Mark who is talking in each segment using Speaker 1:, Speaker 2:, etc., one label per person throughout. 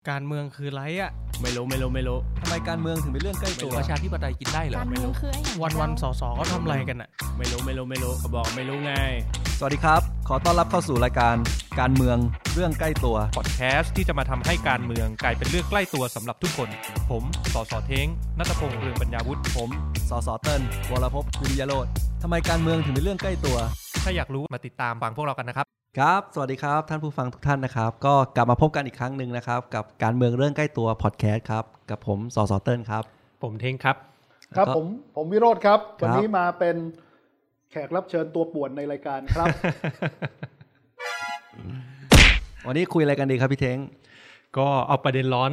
Speaker 1: การเมืองคือไรอะ
Speaker 2: ไม่รู้ไม่รู้ไม่รู้
Speaker 3: ทำไมการเมืองถึงเป็นเรื่องใกล้ตัว
Speaker 2: ไม่รู้
Speaker 3: ประชาธิปไตยกินได้เหรอ
Speaker 4: การเมืองคือไอ้อย่าง
Speaker 1: วันวันๆสอสอเขาทำอะไรกันอะ
Speaker 2: ไม่รู้ไม่รู้ไม่รู้เขาบอกไม่รู้ไง
Speaker 3: สวัสดีครับ ขอต้อนรับเข้าสู่รายการการเมืองเรื่องใกล้ตัว
Speaker 5: พอดแคสต์ที่จะมาทำให้การเมืองกลายเป็นเรื่องใกล้ตัวสำหรับทุกคน ผมสอสอเท้งนัตพงษ์เรืองปัญญาวุฒิ
Speaker 3: ผมสสเติ้ลวรพพกุริยโรธทำไมการเมืองถึงเป็นเรื่องใกล้ตัว
Speaker 5: ถ้าอยากรู้มาติดตามฟังพวกเรากันนะครับ
Speaker 3: ครับ สวัสดีครับท่านผู้ฟังทุกท่านนะครับ ก็กลับมาพบกันอีกครั้งหนึ่งนะครับ กับการเมืองเรื่องใกล้ตัวพอดแคสต์ครับ กับผมสสเติ้ลครับ
Speaker 1: ผมเทงครับ
Speaker 6: ครับ
Speaker 3: แล้วก็
Speaker 6: ผมผมวิโรธครับ
Speaker 3: ครับ
Speaker 6: วันนี้มาเป็นแขกรับเชิญตัวป่วนในรายการ ครับ
Speaker 3: วันนี้คุยอะไรกันดีครับพี่เท้ง
Speaker 5: ก็เอาประเด็นร้อน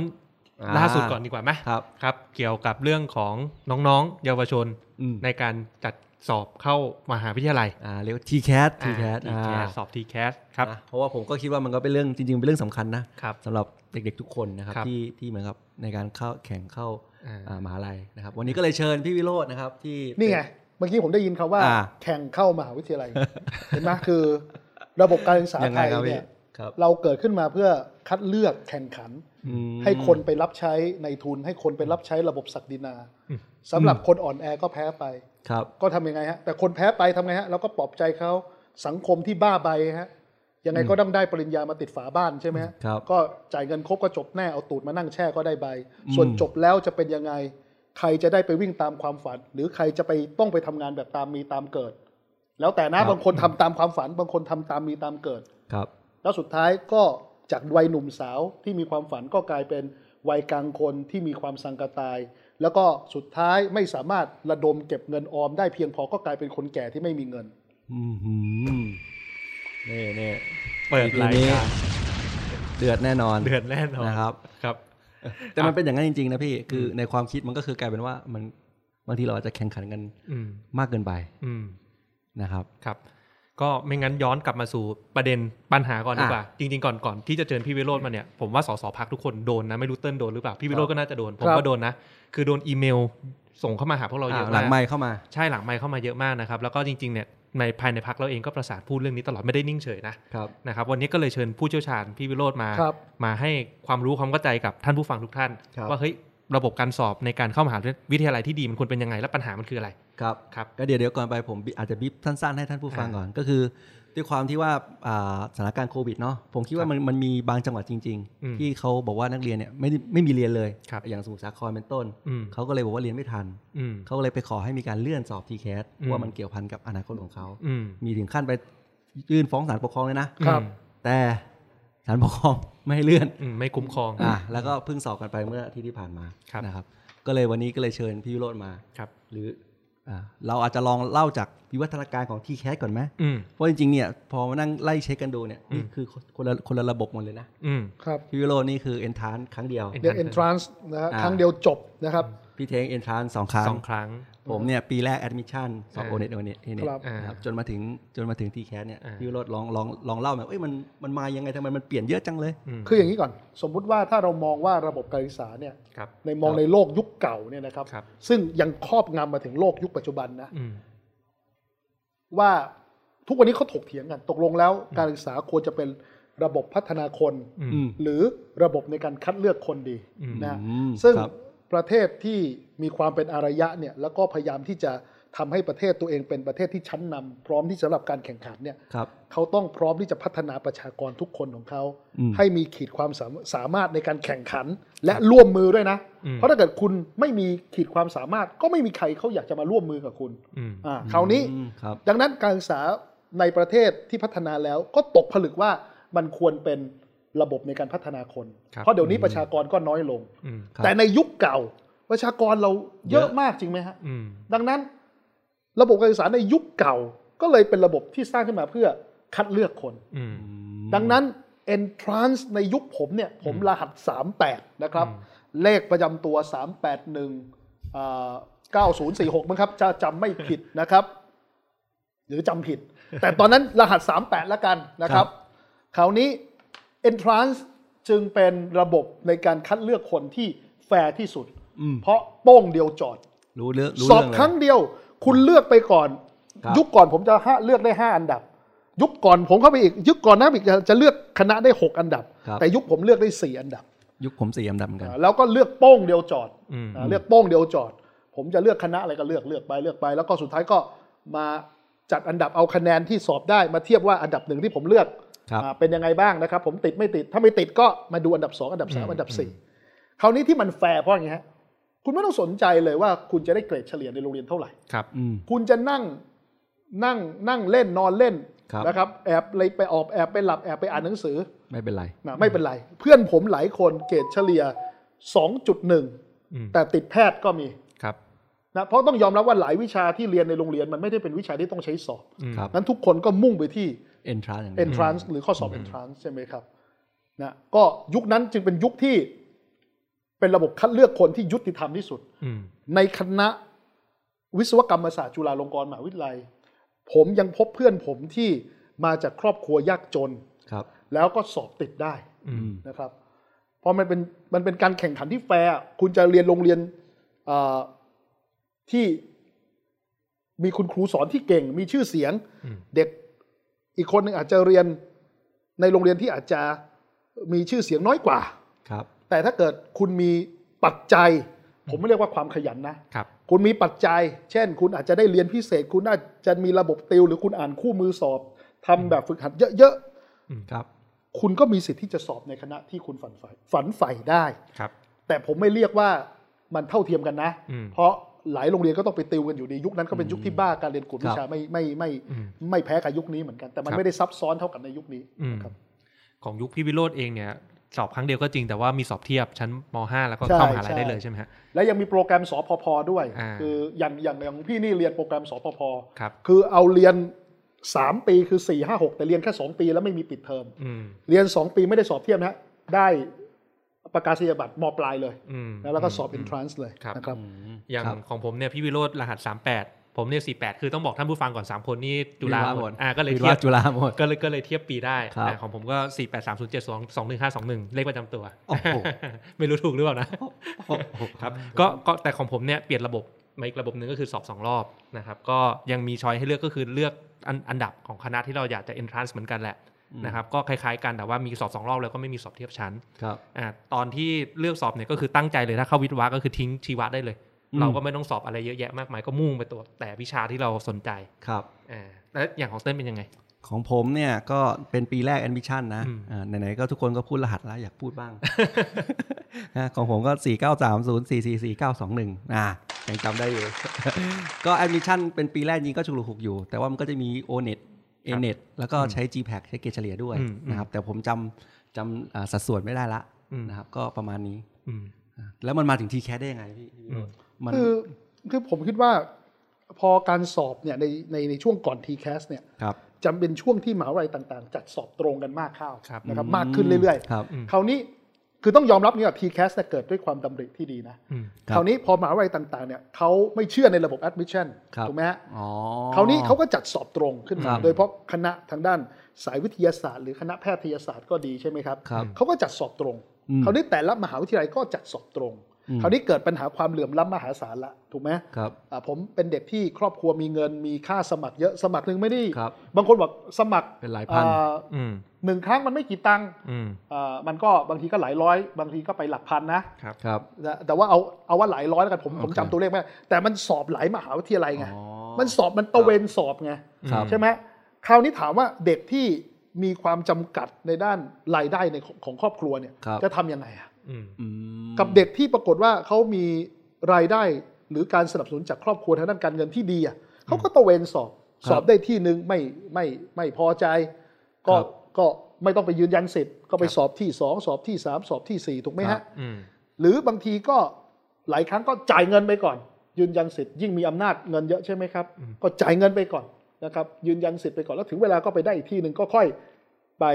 Speaker 5: ล่าสุดก่อนดีกว่าไหม
Speaker 3: ครับ
Speaker 5: ครับ เกี่ยวกับเรื่องของน้องๆ เยาวชน
Speaker 3: อืม
Speaker 5: ในการจัดสอบเข้ามหาวิทยาลัย
Speaker 3: อ่าเรียกว่าทีแคสทีแคส
Speaker 5: อ่า TCAS สอบทีแคสครับ
Speaker 3: เพราะว่าผมก็คิดว่ามันก็เป็นเรื่องจริงๆเป็นเรื่องสำคัญนะ
Speaker 5: ครับ
Speaker 3: สำหรับเด็กๆทุกคนนะครับ
Speaker 5: ครับ
Speaker 3: ที่ที่เหมือนกับในการเข้าแข่งเข้า
Speaker 5: อ่า
Speaker 3: อ่ามหาลัยนะครับ วันนี้ก็เลยเชิญพี่วิโรจน์นะครับที่
Speaker 6: นี่ไง เมื่อกี้ผมได้ยินคาว่า
Speaker 3: อ่า
Speaker 6: แข่งเข้ามหาวิท ยาลัย เห็นไหมคือ ระบบการศึกษา
Speaker 3: ยัง
Speaker 6: ไท
Speaker 3: ไงค
Speaker 6: ย
Speaker 3: รับพี่
Speaker 6: เนี่ย
Speaker 3: ครับ
Speaker 6: เราเกิดขึ้นมาเพื่อคัดเลือกแข่งขัน
Speaker 3: อืม
Speaker 6: ให้คนไปรับใช้ในทุน ให้คนไปรับใช้ระบบศักดินาสำหรับคนอ่อนแอก็แพ้ไป
Speaker 3: ครับ
Speaker 6: ก็ทำยังไงฮะแต่คนแพ้ไปทำไงฮะเราก็ปลอบใจเขาสังคมที่บ้าใบฮะยังไงก็ต้องได้ปริญญามาติดฝาบ้านใช่ไหมฮะ
Speaker 3: ครับ
Speaker 6: ก็จ่ายเงินครบก็จบแน่เอาตูดมานั่งแช่ก็ได้ใบ ส่วน
Speaker 3: อืม
Speaker 6: จบแล้วจะเป็นยังไง ใครจะได้ไปวิ่งตามความฝัน หรือใครจะไปต้องไปทำงานแบบตามมีตามเกิด แล้วแต่นะบางคนทำตามความฝัน บางคนทำตามมีตามเกิด
Speaker 3: ครับ
Speaker 6: แล้วสุดท้ายก็จากวัยหนุ่มสาวที่มีความฝันก็กลายเป็นวัยกลางคนที่มีความสังกตาย แล้วก็สุดท้ายไม่สามารถระดมเก็บเงินออมได้เพียงพอก็กลายเป็นคนแก่ที่ไม่มีเงิน
Speaker 3: อือหือนี่นี่
Speaker 5: เปิดรายการ
Speaker 3: เดือดแน่นอน
Speaker 5: เดือนแน่นอน
Speaker 3: นะครับ
Speaker 5: ครับ
Speaker 3: แต่มันเป็นอย่างนั้นจริงๆนะพี่คือในความคิดมันก็คือกลายเป็นว่ามันบางทีเราอาจจะแข่งขันกัน
Speaker 5: อืม
Speaker 3: มากเกินไป
Speaker 5: อืม
Speaker 3: นะครับ
Speaker 5: ครับก็ไม่งั้นย้อนกลับมาสู่ประเด็นปัญหาก่อน
Speaker 3: อ่ะ
Speaker 5: ดีกว่า จริง ๆ ก่อนก่อนที่จะเจอพี่วิโรจน์มาเนี่ยผมว่าสสพักทุกคนโดนนะไม่รู้เติ้ลโดนหรือเปล่าพี่วิโรจน์ก็น่าจะโดน ผม
Speaker 6: ครั
Speaker 5: ก็
Speaker 6: บ
Speaker 5: โดนนะ คือโดนอีเมลส่งเข้ามาหาพวกเราเยอะ
Speaker 3: ะหลังไม
Speaker 5: มาก
Speaker 3: ค์เข้ามา
Speaker 5: ใช่หลังไมค์เข้ามาเยอะมากนะครับ แล้วก็จริง ๆ เนี่ยในภายในพักเราเองก็ประสานพูดเรื่องนี้ตลอดไม่ได้นิ่งเฉยนะครับ นะครับวันนี้ก็เลยเชิญผู้เชี่ยวชาญพี่วิโรจน์มา
Speaker 6: ครับ
Speaker 5: มาให้ความรู้ความเข้าใจกับท่านผู้ฟังทุกท่าน
Speaker 3: ครับ
Speaker 5: ว่าเฮ้ยระบบการสอบในการเข้ามหาวิทยาลัยที่ดีมันควรเป็นยังไงและปัญหามันคืออะไร
Speaker 3: ครับ
Speaker 5: ครับ
Speaker 3: ก็เดี๋ยวเดี๋ยวก่อนไปผมบิอาจจะบิบสั้นๆให้ท่านผู้ฟัง
Speaker 5: อ่า
Speaker 3: ก่อน ก็คือด้วยความที่ว่าอ่าสถานการณ์โควิดเนาะผมคิดว่ามันมันมีบางจังหวัดจริง
Speaker 5: อืม
Speaker 3: ๆ ที่เขาบอกว่านักเรียนเนี่ยไม่ได้ไม่มีเรียนเลย
Speaker 5: ครับ
Speaker 3: อย่างสมุทรสาครเป็นต้น
Speaker 5: อืม
Speaker 3: เขาก็เลยบอกว่าเรียนไม่ทัน
Speaker 5: อืม
Speaker 3: เขาก็เลยไปขอให้มีการเลื่อนสอบทีแคส
Speaker 5: อืม
Speaker 3: ว่ามันเกี่ยวพันกับอนาคตของเขา
Speaker 5: อืม
Speaker 3: มีถึงขั้นไปยื่นฟ้องศาลปกครองเลยนะ
Speaker 6: ครับ
Speaker 3: แต่ศาลปกครองไม่ให้เลื่อน
Speaker 5: อืมไม่คุ้มครอง
Speaker 3: อ่ะแล้วก็เพิ่งสอบกันไปเมื่ออาทิตย์ที่ผ่านมา
Speaker 5: ครับ
Speaker 3: นะครับ ก็เลยวันนี้ก็เลยเชิญพี่วิโรจน์มา
Speaker 5: ครับ
Speaker 3: หรืออาเราอาจจะลองเล่าจากวิวัฒนาการของทีแคสก่อนไหม
Speaker 5: อืม
Speaker 3: เพราะจริงๆเนี่ยพอมานั่งไล่เช็คกันดูเนี่ย
Speaker 5: อืม
Speaker 3: นี่คือคนละคนละระบบหมดเลยนะ
Speaker 5: อืม
Speaker 6: ครับ
Speaker 3: พี่วิโรจน์นี่คือเอนทานครั้งเดียว
Speaker 5: เอ็
Speaker 6: เรียก entrance นะฮะ
Speaker 3: อ่า
Speaker 6: ครั้งเดียวจบนะครับ
Speaker 3: พี่เทงเอนทานสองครั้ง
Speaker 5: สองครั้ง
Speaker 3: ผมเนี่ยปีแรกแอดมิชชั่นสอบ
Speaker 5: อ่า
Speaker 3: โอเน็ตโอเน็ตเอเน็ต
Speaker 6: ครับ
Speaker 3: นะครับจนมาถึงจนมาถึงทีแคสเนี่ย
Speaker 5: อ่า
Speaker 3: พี่วิโรจน์ลองลองลองเล่าหน่อยเอ้ยมันมันมายังไงทำไมมันเปลี่ยนเยอะจังเลย
Speaker 5: ม
Speaker 6: คืออย่างนี้ก่อน สมมุติว่าถ้าเรามองว่าระบบการศึกษาเนี่ย
Speaker 5: ครับ
Speaker 6: ในมองในโลกยุคเก่าเนี่ยนะครับ
Speaker 5: ครับ
Speaker 6: ซึ่งยังครอบงำมาถึงโลกยุคปัจจุบันนะ
Speaker 5: อืม
Speaker 6: ว่าทุกวันนี้เขาถกเถียงกัน ตกลงแล้วการศึกษาควรจะเป็นระบบพัฒนาคน
Speaker 5: อืม
Speaker 6: หรือระบบในการคัดเลือกคนดี
Speaker 5: อืม
Speaker 6: นะฮะ
Speaker 3: อืม
Speaker 6: ซึ่ง
Speaker 3: ครับ
Speaker 6: ประเทศที่มีความเป็นอารยะเนี่ยแล้วก็พยายามที่จะทำให้ประเทศตัวเองเป็นประเทศที่ชั้นนำพร้อมที่สำหรับการแข่งขันเนี่ย
Speaker 3: ครับ
Speaker 6: เขาต้องพร้อมที่จะพัฒนาประชากรทุกคนของเขา
Speaker 3: อืม
Speaker 6: ให้มีขีดความสามสามารถในการแข่งขันและร่วมมือด้วยนะ
Speaker 5: อืม
Speaker 6: เพราะถ้าเกิดคุณไม่มีขีดความสามารถ ก็ไม่มีใครเขาอยากจะมาร่วมมือกับคุณ
Speaker 5: อืม
Speaker 6: อ่าคราวนี้
Speaker 3: อืมครับ
Speaker 6: ดังนั้นการศึกษาในประเทศที่พัฒนาแล้วก็ตกผลึกว่ามันควรเป็นระบบในการพัฒนาคน
Speaker 5: ครับ
Speaker 6: เพราะเดี๋ยวนี้ประชากรก็น้อยลง
Speaker 5: อืม
Speaker 3: ครับ
Speaker 6: แต่ในยุคเก่า ประชากรเราเย
Speaker 3: เย
Speaker 6: อะ
Speaker 3: อะ
Speaker 6: มากจริงไหมฮะ
Speaker 5: อืม
Speaker 6: ดังนั้น ระบบการศึกษาในยุคเก่า ก็เลยเป็นระบบที่สร้างขึ้นมาเพื่อคัดเลือกคน
Speaker 5: อืม
Speaker 3: อืม
Speaker 6: ดังนั้น entrance ในยุคผมเนี่ย ผมรหัส 38 นะครับ เลขประจำตัว 381อ่า9046 มั้งครับจะจำไม่ผิดนะครับ หรือจำผิด แต่ตอนนั้นรหัส 38 แล้วกันนะค
Speaker 3: ครั
Speaker 6: รับ
Speaker 3: บ
Speaker 6: คราวนี้ entrance จึงเป็นระบบในการคัดเลือกคนที่แฟร์ที่สุด
Speaker 3: อืม
Speaker 6: เพราะโป้งเดียวจอด
Speaker 3: รู้เรื่องรู้
Speaker 6: สอบ
Speaker 3: เเลย
Speaker 6: ครั้งเดียว คุณเลือกไปก่อน
Speaker 3: ครับ
Speaker 6: ยุคก่อนผมจะห้าเลือกได้ห้าอันดับ ยุคก่อนผมเข้าไปอีก ยุคก่อนหน้าอีกจะจะเลือกคณะได้หกอันดับ
Speaker 3: ครับ
Speaker 6: แต่ยุคผมเลือกได้สี่อันดับ
Speaker 3: ยุคผมสี่อันดับเหมือนกัน
Speaker 6: อ่าแล้วก็เลือกโป้งเดียวจอด
Speaker 5: อืม
Speaker 6: อ่าเลือกโป้งเดียวจอด ผมจะเลือกคณะอะไรก็เลือกเลือกไปเลือกไป แล้วก็สุดท้ายก็มาจัดอันดับเอาคะแนนที่สอบได้มาเทียบว่าอันดับหนึ่งที่ผมเลือก
Speaker 3: ครับ
Speaker 6: อ่าเป็นยังไงบ้างนะครับ ผมติดไม่ติดถ้าไม่ติดก็มาดูอันดับสองอันดับสามอันดับสี่คราวนี้ที่มันแฟร์เพราะอย่างเงี้ยฮะคุณไม่ต้องสนใจเลยว่าคุณจะได้เกรดเฉลี่ยในโรงเรียนเท่าไหร่
Speaker 5: ครับ
Speaker 3: อืม
Speaker 6: คุณจะนั่งนั่งนั่งเล่นนอนเล่น
Speaker 3: ครับ
Speaker 6: นะครับแอบเลยไปออกแอบไปหลับแอบไปอ่านหนังสือ
Speaker 3: ไม่เป็นไร
Speaker 6: นะไม่เป็นไร เพื่อนผมหลายคนเกรดเฉลี่ย
Speaker 5: อืม
Speaker 6: 2.1 แต่ติดแพทย์ก็มี
Speaker 5: ครับ
Speaker 6: นะเพราะต้องยอมรับว่าหลายวิชาที่เรียนในโรงเรียนมันไม่ได้เป็นวิชาที่ต้องใช้สอบ
Speaker 5: อืม
Speaker 3: ครับ
Speaker 6: นั้นทุกคนก็มุ่งไปที่
Speaker 3: เอนทรานอย่างเดียว
Speaker 6: entrance หรือข้อสอบ entrance ใช่ไหมครับนะก็ยุคนั้นจึงเป็นยุคที่เป็นระบบคัดเลือกคนที่ยุติธรรมที่สุด
Speaker 5: อืม
Speaker 6: ในคณะวิศวกรรมศาสตร์จุฬาลงกรณ์มหาวิทยาลัย ผมยังพบเพื่อนผมที่มาจากครอบครัวยากจน
Speaker 3: ครับ
Speaker 6: แล้วก็สอบติดได้
Speaker 5: อืม
Speaker 6: นะครับเพราะมันเป็นมันเป็นการแข่งขันที่แฟร์อะคุณจะเรียนโรงเรียนเอ่อที่มีคุณครูสอนที่เก่ง มีชื่อเสียง
Speaker 5: อืม
Speaker 6: เด็กอีกคนหนึ่งอาจจะเรียนในโรงเรียนที่อาจจะมีชื่อเสียงน้อยกว่า
Speaker 3: ครับ
Speaker 6: แต่ถ้าเกิดคุณมีปัจจัย ผมไม่เรียกว่าความขยันนะ
Speaker 5: ครับ
Speaker 6: คุณมีปัจจัย เช่น คุณอาจจะได้เรียนพิเศษ คุณอาจจะมีระบบติว หรือคุณอ่านคู่มือสอบทำแบบฝึกหัดเยอะๆ
Speaker 3: ครับ
Speaker 6: คุณก็มีสิทธิ์ที่จะสอบในคณะที่คุณฝันใฝ่ฝันใฝ่ได้
Speaker 5: ครับ
Speaker 6: แต่ผมไม่เรียกว่ามันเท่าเทียมกันนะ
Speaker 5: อืม
Speaker 6: เพราะหลายโรงเรียนก็ต้องไปติวกันอยู่ดียุคนั้นก็เป็นยุคที่บ้าการเรียนกวดวิชาไม่ไม่ไม่
Speaker 5: อืม
Speaker 6: ไม่แพ้กับยุคนี้เหมือนกัน แต่มัน
Speaker 5: ครับ
Speaker 6: ไม่ได้ซับซ้อนเท่ากับในยุคนี้
Speaker 5: อืม
Speaker 6: นะครับ
Speaker 5: ของยุคพี่วิโรธเองเนี่ย สอบครั้งเดียวก็จริงแต่ว่ามีสอบเทียบชั้นม .5 แล้วก็เข้ามหาลัยได้เลยใช่ไหมฮะ
Speaker 6: และยังมีโปรแกรมสพพด้วย
Speaker 5: อ่า
Speaker 6: คืออย่างอย่างอย่างพี่นี่เรียนโปรแกรมสพพ
Speaker 5: ครับ
Speaker 6: คือเอาเรียน 3 ปีคือ 4 5 6 แต่เรียนแค่ 2 ปีแล้วไม่มีปิดเทอม
Speaker 5: อืม
Speaker 6: เรียน 2 ปีไม่ได้สอบเทียบนะฮะได้ประกาศนียบัตรมปลายเลย
Speaker 5: อืม
Speaker 6: แล้วเราก็สอบ entrance เลย
Speaker 5: ครับ
Speaker 6: นะครับ
Speaker 5: อย่าง
Speaker 3: ครับ
Speaker 5: ของผมเนี่ยพี่วิโรธรหัส 38 ผมเนี่ย48 คือต้องบอกท่านผู้ฟังก่อน 3 คนนี่จุฬา
Speaker 3: จุฬาห
Speaker 5: หม
Speaker 3: ม
Speaker 5: ด
Speaker 3: ด
Speaker 5: อ่าก็เลย
Speaker 3: จุ
Speaker 5: เทีย
Speaker 3: ฬา
Speaker 5: บ
Speaker 3: จุฬาหมด
Speaker 5: ก็เลยก็เลยเทียบปีได้
Speaker 3: ครับ
Speaker 5: อ่าของผมก็ 4 8 3 0 7 2 2 1 5 2 1 เลขประจำตัว
Speaker 3: โอ้โห
Speaker 5: ไม่รู้ถูกหรือเปล่านะ
Speaker 3: โอ้โห
Speaker 5: ครับก็ก็แต่ของผมเนี่ยเปลี่ยนระบบมาอีกระบบหนึ่งก็คือสอบสองรอบนะครับก็ยังมีช้อยให้เลือกก็คือเลือกอันอันดับของคณะที่เราอยากจะ entrance เหมือนกันแหละ
Speaker 3: อืม
Speaker 5: นะครับก็คล้ายๆกันแต่ว่ามีสอบสองรอบแล้วก็ไม่มีสอบเทียบชั้น
Speaker 3: ครับ
Speaker 5: อ่าตอนที่เลือกสอบเนี่ยก็คือตั้งใจเลยถ้าเข้าวิทย์วะก็คือทิ้งชีวะได้เลย
Speaker 3: อืม
Speaker 5: เราก็ไม่ต้องสอบอะไรเยอะแยะมากมายก็มุ่งไปตัวแต่วิชาที่เราสนใจ
Speaker 3: ครับ
Speaker 5: อ่าแล้วอย่างของเต้นเป็นยังไง
Speaker 3: ของผมเนี่ยก็เป็นปีแรก Ambition นะ
Speaker 5: อืม
Speaker 3: อ่าไหนๆก็ทุกคนก็พูดรหัสแล้วอยากพูด บ้าง นะของผมก็ 4 9 3 0 4 4 4 9 2 1อ่ายังจำได้อยู่ ก็ Ambition เป็นปีแรกจริงก็ชุกลุกหุกอยู่ แต่ว่ามันก็จะมี O-net A-net แล้วก็ใช้ GPAC ใช้เกรดเฉลี่ยด้วย
Speaker 5: อืม
Speaker 3: นะครับ แต่ผมจำจำอ่าสัดส่วนไม่ได้ละ
Speaker 5: อืม
Speaker 3: นะครับ ก็ประมาณนี้
Speaker 5: อืม
Speaker 3: อ่ะแล้วมันมาถึงทีแคได้ยังไงพี่พี่วิโรจน์มัน
Speaker 6: คือคือผมคิดว่าพอการสอบเนี่ยในในในช่วงก่อน TCAS เนี่ย
Speaker 3: ครับ
Speaker 6: จำเป็นช่วงที่มหาวิทยาลัยต่างๆ จัดสอบตรงกันมากเข้า
Speaker 5: ครับ
Speaker 6: นะครับ
Speaker 3: อืม
Speaker 6: มากขึ้นเรื่อย
Speaker 3: ครับ
Speaker 6: คราวนี้คือต้องยอมรับนี่ว่า TCAS เนี่ยเกิดด้วยความดำริที่ดีนะ
Speaker 5: อืม
Speaker 3: ครับ
Speaker 6: คราวนี้พอมหาวิทยาลัยต่างๆเนี่ยเขาไม่เชื่อในระบบ admission
Speaker 3: ครับ
Speaker 6: ถูกไหมฮะ
Speaker 3: อ๋อ
Speaker 6: คราวนี้เขาก็จัดสอบตรงขึ้นมา
Speaker 3: ครับ
Speaker 6: โดยเฉพาะคณะทางด้านสายวิทยาศาสตร์ หรือคณะแพทยศาสตร์ก็ดีใช่ไหมครับ
Speaker 3: ครับ
Speaker 6: เขาก็จัดสอบตรง
Speaker 3: อืม
Speaker 6: คราวนี้แต่ละมหาวิทยาลัยก็จัดสอบตรง
Speaker 3: อืม
Speaker 6: คราวนี้เกิดปัญหาความเหลื่อมล้ำมหาศาลละถูกไหม
Speaker 3: ครับ
Speaker 6: อ่าผมเป็นเด็กที่ครอบครัวมีเงินมีค่าสมัครเยอะสมัครหนึ่งไม่ได้
Speaker 3: ครับ
Speaker 6: บางคนบอกสมัคร
Speaker 3: เป็นหลายพัน
Speaker 6: อ่
Speaker 5: อืม
Speaker 6: หนึ่งครั้งมันไม่กี่ตังค์
Speaker 5: อืม
Speaker 6: อ่ามันก็บางทีก็หลายร้อย บางทีก็ไปหลักพันนะครับ
Speaker 3: ครับ
Speaker 6: แต่แต่ว่าเอาเอาว่าหลายร้อยแล้วกันผมผม
Speaker 3: โอเค
Speaker 6: จำตัวเลขไม่ได้แต่มันสอบหลายมหาวิทยาลัยไง
Speaker 3: อ๋อ
Speaker 6: มันสอบมันตะเวนสอบไง
Speaker 3: ครับ
Speaker 6: ใช่ไหมคราวนี้ถามว่าเด็กที่มีความจำกัดในด้านรายได้ในของของครอบครัวเนี่ย
Speaker 3: ครับ
Speaker 6: จะทำยังไงอะ
Speaker 5: อืม
Speaker 3: อืม
Speaker 6: กับเด็กที่ปรากฏว่าเขามีรายได้หรือการสนับสนุนจากครอบครัวทางด้านการเงินที่ดีอะเขาก็ตะเวนสอบ
Speaker 3: ครับ
Speaker 6: สอบได้ที่หนึ่งไม่ไม่ไม่พอใจ ก็
Speaker 3: ครับ
Speaker 6: ก็ไม่ต้องไปยืนยันสิทธิ์ก็ไป
Speaker 5: ครับ
Speaker 6: สอบที่สองสอบที่สามสอบที่สี่ถูกไหม
Speaker 3: ครั
Speaker 6: ฮะ
Speaker 3: บ
Speaker 5: อืม
Speaker 6: หรือบางทีก็หลายครั้งก็จ่ายเงินไปก่อน ยืนยันสิทธิ์ยิ่งมีอำนาจเงินเยอะใช่ไหมครับ ก็จ่ายเงินไปก่อนนะครับยืนยันสิทธิ์ไปก่อนแล้วถึงเวลาก็ไปได้อีกที่หนึ่งก็ค่อยไป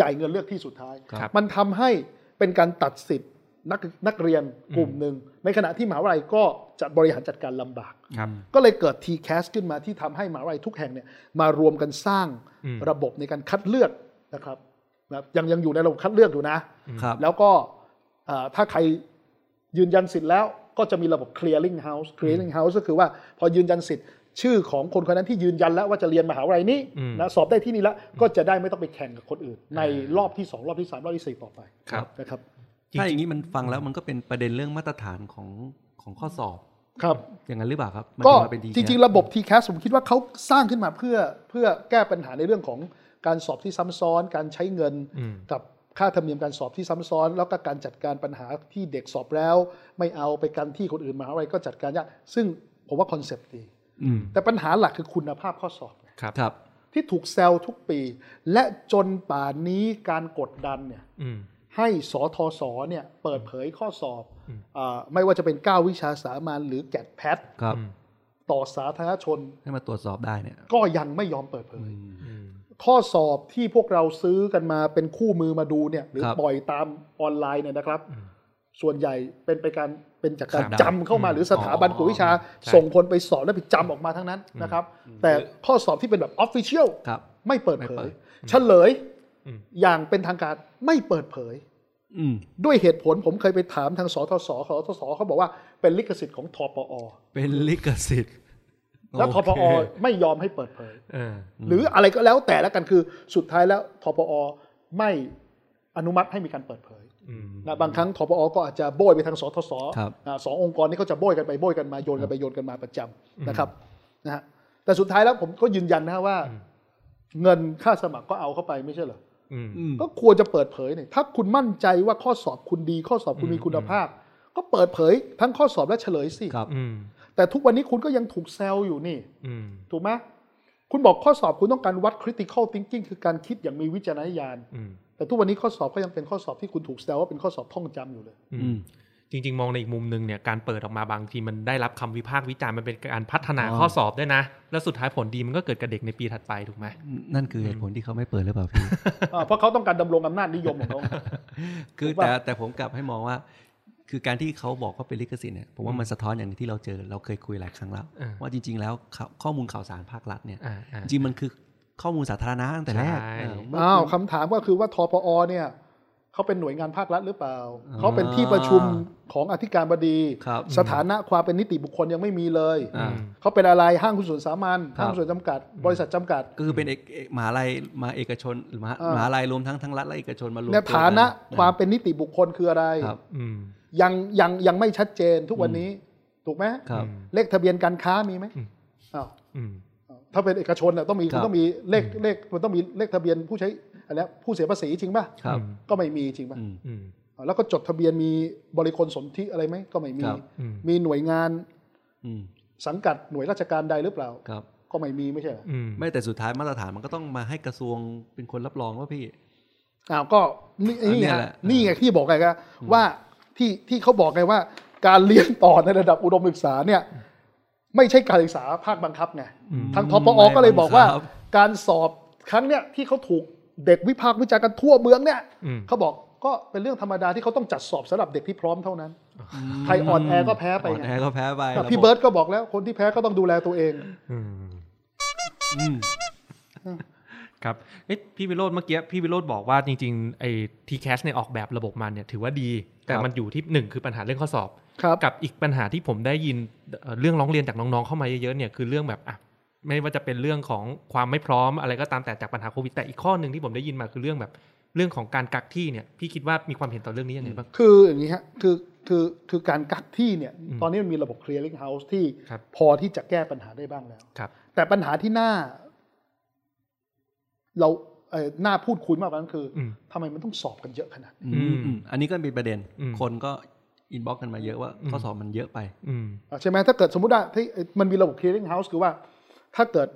Speaker 6: จ่ายเงินเลือกที่สุดท้าย
Speaker 3: ครับ
Speaker 6: มันทำให้เป็นการตัดสิทธิ์นักนักเรียนกลุ่มหนึ่งในขณะที่มหาวิทยาลัยก็จะบริหารจัดการลำบาก
Speaker 5: ครับ
Speaker 6: ก็เลยเกิด TCAS ขึ้นมาที่ทำให้มหาวิทยาลัยทุกแห่งเนี่ยมารวมกันสร้าง
Speaker 5: อืม
Speaker 6: ระบบในการคัดเลือกนะครับนะยังยังอยู่ในระบบคัดเลือกอยู่นะ
Speaker 3: ครับ
Speaker 6: แล้วก็เอ่อถ้าใครยืนยันสิทธิ์แล้วก็จะมีระบบ clearing house clearing house ก็คือว่าพอยืนยันสิทธิ์ ชื่อของคนคนนั้นที่ยืนยันแล้วว่าจะเรียนมหาวิทยาลัยนี้
Speaker 5: อืม
Speaker 6: นะสอบได้ที่นี่แล้วก็จะได้ไม่ต้องไปแข่งกับคนอื่น ในรอบที่สองรอบที่สามรอบที่สี่ต่อไป
Speaker 5: ครับ
Speaker 6: นะครับ
Speaker 3: ถ้าอย่างนี้มันฟังแล้วมันก็เป็นประเด็นเรื่องมาตรฐานของของข้อสอบ
Speaker 6: ครับ
Speaker 3: อย่างนั้นหรือเปล่าครับมัน
Speaker 6: ก็
Speaker 3: ถึมาเป็น
Speaker 6: จ
Speaker 3: DCAT
Speaker 6: ริงๆ ระบบ TCAS ผมคิดว่าเขาสร้างขึ้นมาเพื่อเพื่อแก้ปัญหาในเรื่องของการสอบที่ซ้ำซ้อน การใช้เงิน
Speaker 5: อืม
Speaker 6: กับค่าธรรมเนียมการสอบที่ซ้ำซ้อน แล้วก็การจัดการปัญหาที่เด็กสอบแล้ว ไม่เอาไปกันที่คนอื่นมหาวิทยาลัยก็จัดการยากซึ่งผมว่าคอนเซปต์ดี
Speaker 3: อืม
Speaker 6: แต่ปัญหาหลักคือคุณภาพข้อสอบ
Speaker 5: ครับ
Speaker 3: ครับ
Speaker 6: ที่ถูกแซวทุกปี และจนป่านนี้การกดดันเนี่ย
Speaker 5: อืม
Speaker 6: ให้สทศเนี่ยเปิดเผยข้อสอบ
Speaker 5: อืม
Speaker 6: เออไม่ว่าจะเป็น 9 วิชาสามัญหรือแกดแพท
Speaker 3: ครับ
Speaker 5: อืม
Speaker 6: ต่อสาธารณชน
Speaker 3: ให้มาตรวจสอบได้เนี่ย
Speaker 6: ก็ยังไม่ยอมเปิดเผ
Speaker 3: อื
Speaker 6: ย
Speaker 3: ม
Speaker 5: อืม
Speaker 6: ข้อสอบที่พวกเราซื้อกันมาเป็นคู่มือมาดูเนี่ยหรือ
Speaker 3: ครับ
Speaker 6: ปล่อยตามออนไลน์เนี่ยนะครับ
Speaker 5: อืม
Speaker 6: ส่วนใหญ่เป็นไปการเป็นจากการ
Speaker 3: ครับ
Speaker 6: จำเข้ามา
Speaker 5: อืม
Speaker 6: หรือสถาบัน
Speaker 3: อ๋อ
Speaker 6: กวดวิชา
Speaker 5: ใช่
Speaker 6: ส่งคนไปสอบแล้วไปจำออกมาทั้งนั้นนะครับ แต่ข้อสอบที่เป็นแบบออฟฟิเชียล
Speaker 3: ครับ
Speaker 6: ไม่เปิด
Speaker 3: ไม่
Speaker 6: เผ
Speaker 3: เปิ
Speaker 6: ย
Speaker 3: ด
Speaker 6: เฉลย
Speaker 5: อืม
Speaker 6: อย่างเป็นทางการไม่เปิดเผย
Speaker 3: อืม
Speaker 6: ด้วยเหตุผลผมเคยไปถามทางสทศสทศเขาบอกว่าเป็นลิขสิทธิ์ของทปอ
Speaker 3: เป็นลิขสิทธิ์
Speaker 6: และท
Speaker 3: โอ
Speaker 6: ป
Speaker 3: เค
Speaker 6: อไม่ยอมให้เปิดเผย
Speaker 5: เออ
Speaker 6: หรืออะไรก็แล้วแต่แล้วกันคือสุดท้ายแล้วทปอไม่อนุมัติให้มีการเปิดเผย
Speaker 5: อืม
Speaker 6: นะบางครั้งทปอก็อาจจะโบยไปทางสทศ
Speaker 3: ครับ
Speaker 6: อ่าสององค์กรนี้เขาจะโบยกันไปโบยกันมาโยนกันไปโยนกันมาประจำนะครับนะฮะแต่สุดท้ายแล้วผมก็ยืนยันนะฮะว่า
Speaker 5: อืม
Speaker 6: เงินค่าสมัครก็เอาเข้าไปไม่ใช่เหรอ
Speaker 5: อืม
Speaker 3: อืม
Speaker 6: ก็ควรจะเปิดเผยเนี่ยถ้าคุณมั่นใจว่าข้อสอบคุณดี ข้อสอบคุณ
Speaker 5: อืม
Speaker 6: มีคุณภาพ ก็เปิดเผยทั้งข้อสอบและเฉลยสิ
Speaker 3: ครับ
Speaker 5: อืม
Speaker 6: แต่ทุกวันนี้คุณก็ยังถูกแซวอยู่นี่
Speaker 5: อืม
Speaker 6: ถูกไหมคุณบอกข้อสอบคุณต้องการวัด critical thinking คือการคิดอย่างมีวิจารณญาณ
Speaker 5: อืม
Speaker 6: แต่ทุกวันนี้ข้อสอบก็ยังเป็นข้อสอบที่คุณถูกแซวว่าเป็นข้อสอบท่องจำอยู่เลย
Speaker 5: อืม
Speaker 3: อืม
Speaker 5: จริง ๆ มองในอีกมุมหนึ่งเนี่ยการเปิดออกมาบางทีมันได้รับคำวิพากษ์วิจารณ์มันเป็นการพัฒนา
Speaker 3: อ๋อ
Speaker 5: ข้อสอบด้วยนะ แล้วสุดท้ายผลดีมันก็เกิดกับเด็กในปีถัดไปถูกไหม
Speaker 3: นั่นคือเหตุผลที่เขาไม่เปิดหรือเปล่าพี่
Speaker 6: อ่าเพราะเขาต้องการดำรงอำนาจนิยมของเขา
Speaker 3: คือ
Speaker 6: ผมว่า
Speaker 3: แต่แต่ผมกลับให้มองว่า คือการที่เขาบอกว่าเป็นลิขสิทธิ์เนี่ยผมว่ามันสะท้อนอย่างที่เราเจอเราเคยคุยหลายครั้งแล้ว
Speaker 5: อ่า
Speaker 3: ว่าจริง ๆ แล้วข่าวข้อมูลข่าวสารภาครัฐเนี่ย
Speaker 5: อ่าอ่า
Speaker 3: จริงๆมันคือข้อมูลสาธารณะตั้งแต่แรก
Speaker 5: ใช่
Speaker 3: เออ
Speaker 6: อ้าวคำถามก็คือว่าทปอเนี่ยเขาเป็นหน่วยงานภาครัฐหรือเปล่า
Speaker 3: อ่า
Speaker 6: เขาเป็นที่ประชุมของอธิการบดี
Speaker 3: ครับ
Speaker 6: สถานะความเป็นนิติบุคคลยังไม่มีเลย
Speaker 3: อ่า
Speaker 6: เขาเป็นอะไรห้างหุ้นส่วนสามัญ
Speaker 3: ครับ
Speaker 6: ห้างหุ้นส่วนจำกัด บริษัทจำกัด
Speaker 3: ก็คือเป็นเอกเอกมหาลัยมาเอกชนหรือมหา
Speaker 6: อ่าม
Speaker 3: มหาลัยรวมทั้งทั้งรัฐและเอกชนมารวม
Speaker 6: ใน
Speaker 3: ตัวกั
Speaker 6: ฐานะ
Speaker 3: อ่
Speaker 6: ความเป็นนิติบุคคลคืออะไร
Speaker 3: ครับ
Speaker 5: อืม
Speaker 6: ยังยังยังไม่ชัดเจนทุกวันนี้ถูกไหม
Speaker 3: ครับ
Speaker 6: เลขทะเบียนการค้ามีไหม
Speaker 5: อืม
Speaker 6: อ้าว
Speaker 5: อืม
Speaker 6: ถ้าเป็นเอกชนน่ะต้องมี
Speaker 3: ครับ
Speaker 6: ต้องมีเลขเลขมันต้องมีเลขทะเบียนผู้ใช้อันเนี้ยผู้เสียภาษีจริงป่ะ
Speaker 3: ครับ
Speaker 6: ก็ไม่มีจริงป่ะ
Speaker 3: อืม
Speaker 5: อืม
Speaker 6: อ้าวแล้วก็จดทะเบียนมีบริคลสนธิอะไรไหมก็ไม่มี
Speaker 3: ครับ
Speaker 5: อืม
Speaker 6: มีหน่วยงาน
Speaker 3: อืม
Speaker 6: สังกัดหน่วยราชการใดหรือเปล่า
Speaker 3: ครับ
Speaker 6: ก็ไม่มีไม่ใช่เหรอ
Speaker 5: อืม
Speaker 3: ไม่แต่สุดท้ายมาตรฐานมันก็ต้องมาให้กระทรวงเป็นคนรับรองว่าพี่
Speaker 6: อ้าวก็นี่
Speaker 3: อัน
Speaker 6: นี่
Speaker 3: เนี้ย
Speaker 6: ฮะ
Speaker 3: แหละ
Speaker 6: นี่ไงที่บอกไงก็ว่าที่ที่เขาบอกไงว่า การเรียนต่อในระดับอุดมศึกษาเนี่ย ไม่ใช่การศึกษาภาคบังคับไง ทางทปอ
Speaker 3: ไม่
Speaker 6: ก็เลยบอกว่า
Speaker 3: บังคับ
Speaker 6: การสอบครั้งเนี้ยที่เขาถูกเด็กวิพากษ์วิจารณ์กันทั่วเมืองเนี่ย
Speaker 5: อืม
Speaker 6: เขาบอกก็เป็นเรื่องธรรมดาที่เขาต้องจัดสอบสำหรับเด็กที่พร้อมเท่านั้น ใครอ่อนแอก็แพ้ไป
Speaker 3: อ่อน
Speaker 6: ไง
Speaker 3: แอก็แพ้ไป
Speaker 6: แต่พี่เบิร์ตก็บอกแล้วคนที่แพ้ก็ต้องดูแลตัวเอง
Speaker 5: อืม
Speaker 3: อืม
Speaker 5: ครับเอ๊ะพี่วิโรธเมื่อกี้พี่วิโรธบอกว่าจริงๆไอ้ทีแคสเนี่ยออกแบบระบบมันเนี่ยถือว่าดี แต่
Speaker 3: ครับ
Speaker 5: มันอยู่ที่หนึ่งคือปัญหาเรื่องข้อสอบ
Speaker 6: ครับ
Speaker 5: กับอีกปัญหาที่ผมได้ยินเอ่อเรื่องร้องเรียนจากน้องๆเข้ามาเยอะๆเนี่ยคือเรื่องแบบอ่ะไม่ว่าจะเป็นเรื่องของความไม่พร้อมอะไรก็ตามแต่จากปัญหาโควิดแต่อีกข้อหนึ่งที่ผมได้ยินมาคือเรื่องแบบเรื่องของการกักที่เนี่ยพี่คิดว่ามีความเห็นต่อเรื่องนี้ยังไงบ้าง
Speaker 6: คืออย่างนี้ฮะคือคือคือการกักที่เนี่ย
Speaker 5: อืม
Speaker 6: ตอนนี้มันมีระบบ clearing house ที่
Speaker 5: ครับ
Speaker 6: พอที่จะแก้ปัญหาได้บ้างแล้ว
Speaker 5: ครับ
Speaker 6: แต่ปัญหาที่หน้า เราเอ่อหน้าพูดคุยมากกว่านั้นคืออ
Speaker 5: ม
Speaker 6: ทำไมมันต้องสอบกันเยอะขนาดนี้
Speaker 3: อืมอืมอันนี้ก็มีประเด็น
Speaker 5: อืม
Speaker 3: คนก็อินบ็อกซ์กันมาเยอะว่า
Speaker 5: อืม
Speaker 3: ข้อสอบมันเยอะไป
Speaker 5: อืม
Speaker 6: อ่ะใช่ไหมถ้าเกิดสมมติว่าที่มันมีระบบ clearing house คือว่า ถ้าเกิด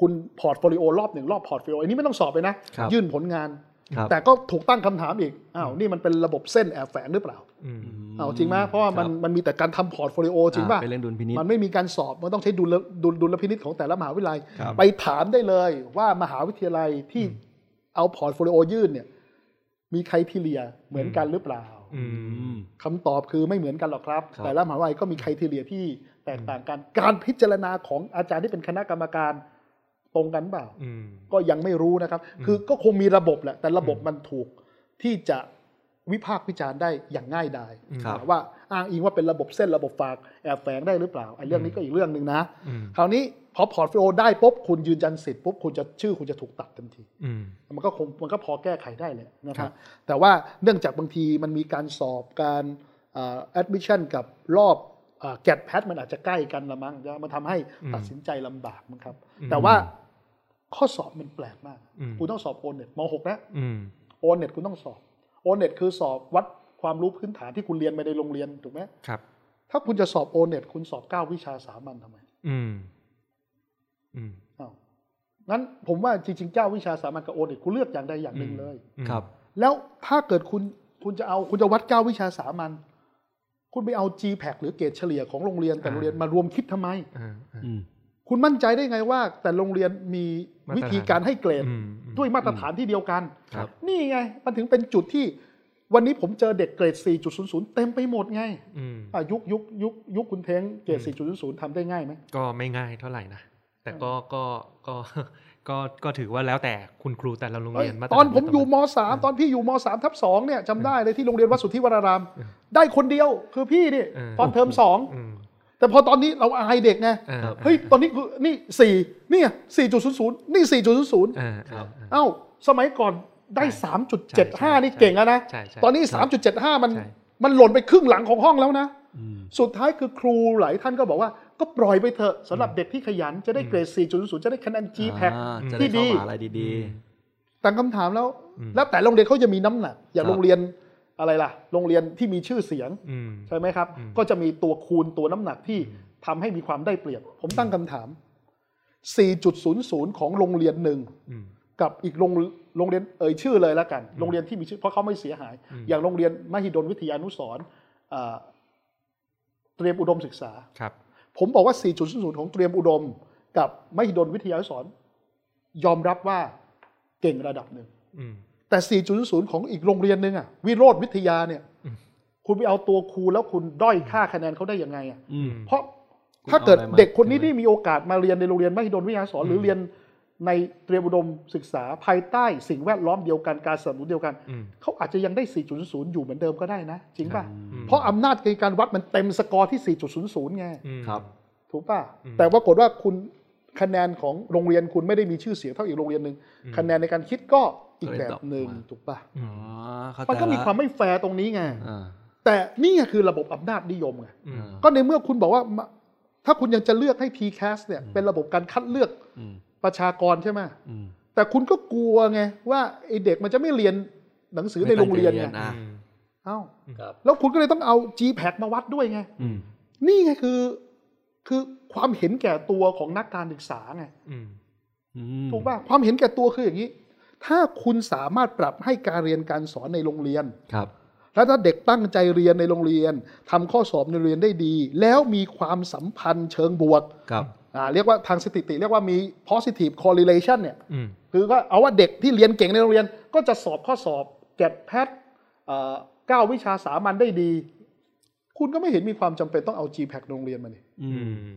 Speaker 6: คุณพอร์ตโฟลิโอรอบหนึ่งรอบพอร์ตโฟลิโออันนี้ไม่ต้องสอบเลยนะ
Speaker 5: ครับ
Speaker 6: ยื่นผลงาน
Speaker 3: ครับ
Speaker 6: แต่ก็ถูกตั้งคำถามอีกอ้าวนี่มันเป็นระบบเส้นแอบแฝงหรือเปล่า
Speaker 5: อืม
Speaker 3: ม
Speaker 6: อ้าวจริงไหมเพราะว่ามัน
Speaker 3: คบ
Speaker 6: มันมีแต่การทำพอร์ตโฟลิโอจริงป่ะ
Speaker 3: อ่าเป็นเรื่องดุลพินิจ
Speaker 6: มันไม่มีการสอบ มันต้องใช้ดุลดุลดุลพินิษของแต่ละมหาวิทยาลัย
Speaker 3: ครับ
Speaker 6: ไปถามได้เลยว่ามหาวิทยาลัยที่เอาพอร์ตโฟลิโอยื่นเนี่ย มีใครที่เลียเหมือนกันหรือเปล่า
Speaker 5: อื
Speaker 3: อืม
Speaker 5: ม
Speaker 6: คำตอบคือไม่เหมือนกันหรอกครับ
Speaker 3: ครับ
Speaker 6: แต่ละมหาวิทยาลัยก็มีใครที่เลียที่แตกต่างกัน การพิจารณาของอาจารย์ที่เป็นคณะกรรมการตรงกันเปล่า
Speaker 5: อืม
Speaker 6: ก็ยังไม่รู้นะครับ คือก็คงมีระบบแหละ แต่ระบบมันถูกที่จะ วิพากษ์วิจารณ์ได้อย่างง่ายดาย
Speaker 3: ครับ
Speaker 6: ว่าอ้างอิงว่าเป็นระบบเส้นระบบฝากแอบแฝงได้หรือเปล่าไอ้เรื่องนี้ก็อีกเรื่องหนึ่งนะ
Speaker 5: อืม
Speaker 6: คราวนี้พอพอร์ตโฟลิโอได้ปุ๊บคุณยืนยันสิทธิ์ปุ๊บคุณจะชื่อคุณจะถูกตัดทันที
Speaker 5: อืม
Speaker 6: มันก็คงมันก็พอแก้ไขได้เลยนะค
Speaker 5: ครั
Speaker 6: รับบ แต่ว่าเนื่องจากบางทีมันมีการสอบการเอ่อ admission กับรอบแกดแพทมันอาจจะใกล้กันละมั้งนะมันทำให้ตัดสินใจลำบากมั้งครับ แต่ว่าข้อสอบมันแปลกมาก
Speaker 5: อืม
Speaker 6: คุณต้องสอบโอนเน็ตม .6 นะ
Speaker 5: อืม
Speaker 6: โอนเน็ตคุณต้องสอบโอนเน็ตคือสอบวัดความรู้พื้นฐานที่คุณเรียนไปในโรงเรียนถูกไหม
Speaker 5: ครับ
Speaker 6: ถ้าคุณจะสอบโอนเน็ตคุณสอบ 9 วิชาสามัญทำไม
Speaker 5: อืม อืม
Speaker 6: อ้าวงั้นผมว่าจริงๆเจ้าวิชาสามัญกับโอนเน็ตคุณเลือกอย่างใดอย่างหนึ่งเลย
Speaker 5: อืม
Speaker 3: ครับ
Speaker 6: แล้วถ้าเกิดคุณคุณจะเอาคุณจะวัดเก้าวิชาสามัญคุณไปเอา g p a c หรือเกรดเฉลี่ยของโรงเรียนแต่โรงเรียนมารวมคิดทำไม
Speaker 5: อ่าอ่า
Speaker 3: อืม
Speaker 6: คุณมั่นใจได้ไงว่า แต่โรงเรียนมีวิธีการให้เกรด
Speaker 5: อืมอืม
Speaker 6: ด้วยมาตรฐานที่เดียวกัน
Speaker 5: ครับ
Speaker 6: นี่ไง มันถึงเป็นจุดที่วันนี้ผมเจอเด็กเกรด 4.00 เต็มไปหมดไง
Speaker 5: อืม
Speaker 6: อ่ะยุคยุคยุคยุคคุณเท้งเกรด 4.00ทำได้ง่ายไหม
Speaker 5: ก็ไม่ง่ายเท่าไหร่นะ แต่ก็ก็ก็ ก็ก็ถือว่าแล้วแต่คุณครูแต่ละโรงเรียนมารฐา
Speaker 6: เอ้ยตอนผมอยู่ม
Speaker 5: ไต่าง
Speaker 6: สามตอนพี่อยู่มสามทับสองเนี่ยจำได้เลยที่โรงเรียนวัดสุทธิวราราม
Speaker 5: เออ
Speaker 6: ได้คนเดียวคือพี่นี่
Speaker 5: เออ
Speaker 6: ตอนเทอมสอง
Speaker 5: ๆอืม
Speaker 6: แต่พอตอนนี้เราอายเด็กไง
Speaker 5: อ่า
Speaker 6: เฮ้ยตอนนี้คือนี่สี่นี่สี่จุดศูนย์ศูนย์นี่สี่จุดศูนย์ศูนย์
Speaker 5: อ่าอ่าอ่า
Speaker 6: เอ้าสมัยก่อนได้
Speaker 5: ใช่
Speaker 6: สามจุดเจ็ดห้านี่
Speaker 5: ใช่
Speaker 6: เก่งแล้วนะ
Speaker 5: ใช่ใช่
Speaker 6: ตอนนี้สามจุดเจ็ดห้ามัน
Speaker 5: ใช่
Speaker 6: มันหล่นไปครึ่งหลังของห้องแล้วนะ
Speaker 3: อืม
Speaker 6: สุดท้ายคือครูหลายท่านก็บอกว่าก็ปล่อยไปเถอะสำหรับเด็กที่ขยันจะได้เกรด4.00จะได้คะแนน g p a c
Speaker 3: อ่าจะ
Speaker 6: ที่
Speaker 3: ได้เข้า
Speaker 6: ดี
Speaker 3: มหาอะไรดี
Speaker 6: ตั้งคำถามแล้ว
Speaker 5: อืม
Speaker 6: แล้วแต่โรงเรียนเขาจะมีน้ำหนัก อย่างโรงเรียนอะไรล่ะ โรงเรียนที่มีชื่อเสียง
Speaker 5: อืม
Speaker 6: ใช่ไหมครับ
Speaker 5: อืม
Speaker 6: ก็จะมีตัวคูณตัวน้ำหนักที่ทำให้มีความได้เปรียบ ผมตั้งคำถาม 4.00 ของโรงเรียนหนึ่ง
Speaker 5: อืม
Speaker 6: กับอีกโรงโรงเรียนเอ่ยชื่อเลยละกัน โรงเรียนที่มีชื่อเพราะเขาไม่เสียหาย
Speaker 5: อืม
Speaker 6: อย่างโรงเรียนมหิดลวิทยานุสรณ์เอ่อเตรียมอุดมศึกษา
Speaker 5: ครับ
Speaker 6: ผมบอกว่า 4.00 ของเตรียมอุดม กับมหิดลวิทยานุสรณ์ยอมรับว่าเก่งระดับหนึ่ง
Speaker 5: อืม
Speaker 6: แต่ 4.0 ของอีกโรงเรียนหนึ่งอะวิโรธวิทยาเนี่ย
Speaker 5: อืม
Speaker 6: คุณไปเอาตัวครูแล้วคุณด้อยค่าคะแนนเขาได้ยังไงอะ
Speaker 3: ๆอืม
Speaker 6: เพราะ
Speaker 3: คุณ
Speaker 6: ถ้าเกิด
Speaker 3: เอาอะไรมา
Speaker 6: เด็กคนนี้
Speaker 3: ใช่ไหม
Speaker 6: ที่มีโอกาสมาเรียนในโรงเรียนมหิดลวิทยาสอนหรือเรียนในเตรียมอุดมศึกษาภายใต้สิ่งแวดล้อมเดียวกันการสนับสนุนเดียวกัน
Speaker 5: อืม
Speaker 6: เขาอาจจะยังได้ 4.0 อยู่เหมือนเดิมก็ได้นะ จริงป่ะ
Speaker 5: อืม
Speaker 6: เพราะอำนาจในการวัดมันเต็มสกอร์ที่ 4.00 ไง
Speaker 5: อืม
Speaker 3: ครับ
Speaker 6: ถูกป่ะ
Speaker 5: อืม
Speaker 6: แต่ปรากฏว่าคุณคะแนนของโรงเรียนคุณไม่ได้มีชื่อเสียงเท่าอีกโรงเรียนหนึ่ง
Speaker 5: อืม
Speaker 6: คะแนนในการคิดก็อีก
Speaker 3: เลย
Speaker 6: แบ
Speaker 3: ต
Speaker 6: บ
Speaker 3: ก
Speaker 6: หนึ่ง
Speaker 3: มา
Speaker 6: ถูกป่ะ
Speaker 5: อืม
Speaker 3: อ๋อเข้าใจ
Speaker 6: มันก็มีความ
Speaker 3: ละ
Speaker 6: ไม่แฟร์ตรงนี้ไง
Speaker 3: อ่า
Speaker 6: แต่นี่คือระบบอำนาจนิยมไง
Speaker 5: อืม
Speaker 6: ก็ในเมื่อคุณบอกว่ามาถ้าคุณยังจะเลือกให้ TCAS เนี่ยเป็นระบบการคัดเลือก
Speaker 3: อืม
Speaker 6: ประชากรใช่ไหม
Speaker 3: อืม
Speaker 6: แต่คุณก็กลัวไงว่าไอเด็กมันจะไม่เรียนหนังสือในโรงเรียนไง
Speaker 3: ม่ตั้ใจอ่ะ
Speaker 6: เอ้า
Speaker 3: ครับ
Speaker 6: แล้วคุณก็เลยต้องเอา g p a c มาวัดด้วยไง
Speaker 3: อืม
Speaker 6: นี่ไงคือคือความเห็นแก่ตัวของนักการศึกษาไง
Speaker 5: อืม
Speaker 3: อืม
Speaker 6: ถูกป่ะความเห็นแก่ตัวคืออย่างนี้ ถ้าคุณสามารถปรับให้การเรียนการสอนในโรงเรียน
Speaker 3: ครับ
Speaker 6: และถ้าเด็กตั้งใจเรียนในโรงเรียนทำข้อสอบในโรงเรียนได้ดี แล้วมีความสัมพันธ์เชิงบวก
Speaker 3: ครับ
Speaker 6: อ่าเรียกว่าทางสถิติ เรียกว่ามี positive correlation เนี่ย
Speaker 5: อืม
Speaker 6: คือก็เอาว่าเด็กที่เรียนเก่งในโรงเรียน ก็จะสอบข้อสอบแกดแพทเก้าวิชาสามัญได้ดี คุณก็ไม่เห็นมีความจำเป็นต้องเอา g p a c โรงเรียนมานี่
Speaker 3: อื
Speaker 5: อื
Speaker 3: ม
Speaker 5: ม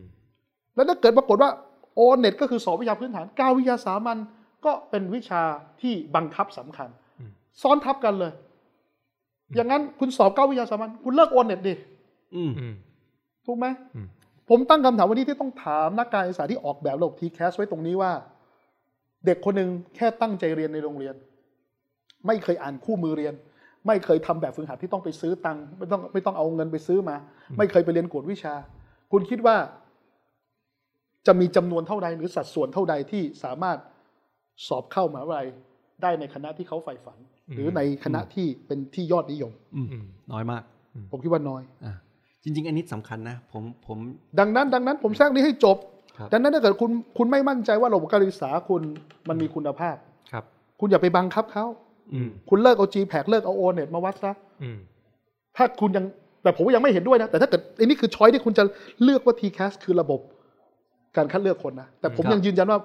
Speaker 6: แล้วถ้าเกิดปรากฏว่าโอเน็ตก็คือสอบวิชาพื้นฐานเก้าวิชาสามัญก็เป็นวิชาที่บังคับสำคัญ
Speaker 5: อืม
Speaker 6: ซ้อนทับกันเลย อย่างนั้นคุณสอบเก้าวิชาสามัญคุณเลิกโอเน็ตดิ
Speaker 3: อืม
Speaker 5: อืม
Speaker 6: ถูกไหม
Speaker 5: อืม
Speaker 6: ผมตั้งคำถามวันนี้ที่ต้องถามนักการศึกษาที่ออกแบบระบบทีแคสไว้ตรงนี้ว่า เด็กคนหนึ่งแค่ตั้งใจเรียนในโรงเรียน ไม่เคยอ่านคู่มือเรียน ไม่เคยทำแบบฝึกหัดที่ต้องไปซื้อตังค์ไม่ต้องไม่ต้องเอาเงินไปซื้อมา ไม่เคยไปเรียนกวดวิชา คุณคิดว่า จะมีจำนวนเท่าใดหรือสัดส่วนเท่าใดที่สามารถสอบเข้ามหาวิทยาลัยได้ในคณะที่เขาใฝ่ฝัน หรือในคณะที่เป็นที่ยอดนิยม
Speaker 5: อืม
Speaker 3: น้อยมาก
Speaker 6: ผมคิดว่าน้อย
Speaker 3: อ่ะจริง ๆ อันนี้สำคัญนะ ผม ผม
Speaker 6: ดังนั้น ดังนั้นผมแทรกนี้ให้จบ
Speaker 3: ครับ
Speaker 6: ดังนั้นถ้าเกิดคุณคุณไม่มั่นใจว่าระบบการศึกษาคุณมันมีคุณภาพ
Speaker 5: ครับ
Speaker 6: คุณอย่าไปบังคับเขา
Speaker 5: อืม
Speaker 6: คุณเลิกเอา g p a c เลิกเอา o n e t มาวัดซะ
Speaker 5: อืม
Speaker 6: ถ้าคุณยังแต่ผมก็ยังไม่เห็นด้วยนะ แต่ถ้าเกิดอันนี้คือช้อยที่คุณจะเลือกว่า TCAS คือระบบการคัดเลือกคนนะ แต่ผม
Speaker 3: ครับ
Speaker 6: ยังยืนยันว่า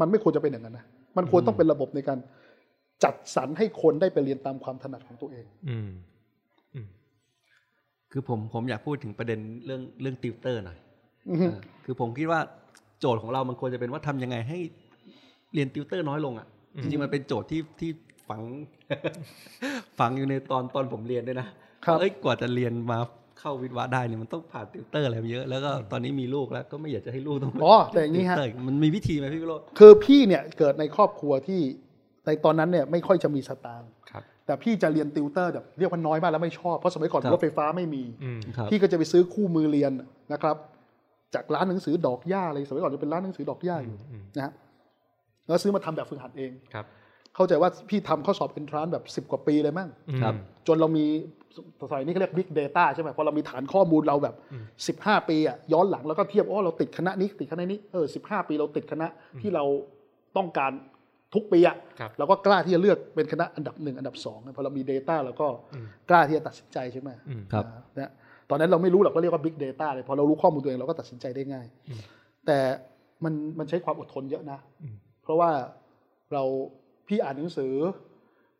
Speaker 6: มันไม่ควรจะเป็นอย่างนั้นนะมันควรต้องเป็นระบบในการจัดสรรให้คนได้ไปเรียนตามความถนัดของตัวเอง
Speaker 5: อืม
Speaker 3: คือผม ผมอยากพูดถึงประเด็นเรื่อง เรื่องติวเตอร์หน่อย
Speaker 6: อือฮึ
Speaker 3: เออคือผมคิดว่าโจทย์ของเรามันควรจะเป็นว่าทำยังไงให้เรียนติวเตอร์น้อยลงอ่ะ จริงๆ มันเป็นโจทย์ที่ ที่ ฝัง ฝังอยู่ในตอนตอนผมเรียนด้วยนะครับ เอ้ยกว่าจะเรียนมาเข้าวิทย์วะได้เนี่ยมันต้องผ่านติวเตอร์อะไรมาเยอะแล้วก็ตอนนี้มีลูกแล้วก็ไม่อยากจะให้ลูกต้อง
Speaker 6: อ๋อแต่อย่างนี้
Speaker 3: นี้
Speaker 6: ฮะ
Speaker 3: มันมีวิธีไหมพี่วิโรจน์
Speaker 6: คือพี่เนี่ยเกิดในครอบครัวที่ในตอนนั้นเนี่ยไม่ค่อยจะมีสตางค์
Speaker 5: ครับ
Speaker 6: แต่พี่จะเรียนติวเตอร์แบบเรียกว่าน้อยมากแล้วไม่ชอบ เพราะสมัยก่อนรถไฟฟ้าไม่มี
Speaker 5: อืม
Speaker 3: ครับ
Speaker 6: พี่ก็จะไปซื้อคู่มือเรียนนะครับ จากร้านหนังสือดอกหญ้าอะไรสมัยก่อนจะเป็นร้านหนังสือดอกหญ้าอยู่
Speaker 5: อืม
Speaker 6: นะฮะแล้วซื้อมาทำแบบฝึกหัดเอง
Speaker 5: ครับ
Speaker 6: เข้าใจว่าพี่ทำข้อสอบเอนทรานแบบ 10 กว่าปีเลยมั้ง
Speaker 5: อืม
Speaker 3: ครับ
Speaker 6: จนเรามีสมัยนี้เขาเรียก Big Data ใช่ไหมพอเรามีฐานข้อมูลเราแบบ 15 ปีอะย้อนหลังแล้วก็เทียบโอ้เราติดคณะนี้ติดคณะนี้เออ15 ปีเราติดคณะที่เราต้องการทุกปีอะ
Speaker 5: ครับ
Speaker 6: เราก็กล้าที่จะเลือกเป็นคณะอันดับหนึ่งอันดับสองนะพอเรามี Data เราก็
Speaker 5: อืม
Speaker 6: กล้าที่จะตัดสินใจใช่ไหม
Speaker 5: อืม
Speaker 3: ครับ
Speaker 6: นะฮะตอนนั้นเราไม่รู้หรอกว่าเรียกว่า Big Data เลยพอเรารู้ข้อมูลตัวเองเราก็ตัดสินใจได้ง่าย
Speaker 5: อืม
Speaker 6: แต่มันมันใช้ความอดทนเยอะนะ
Speaker 5: อืม
Speaker 6: เพราะว่าเราพี่อ่านหนังสือ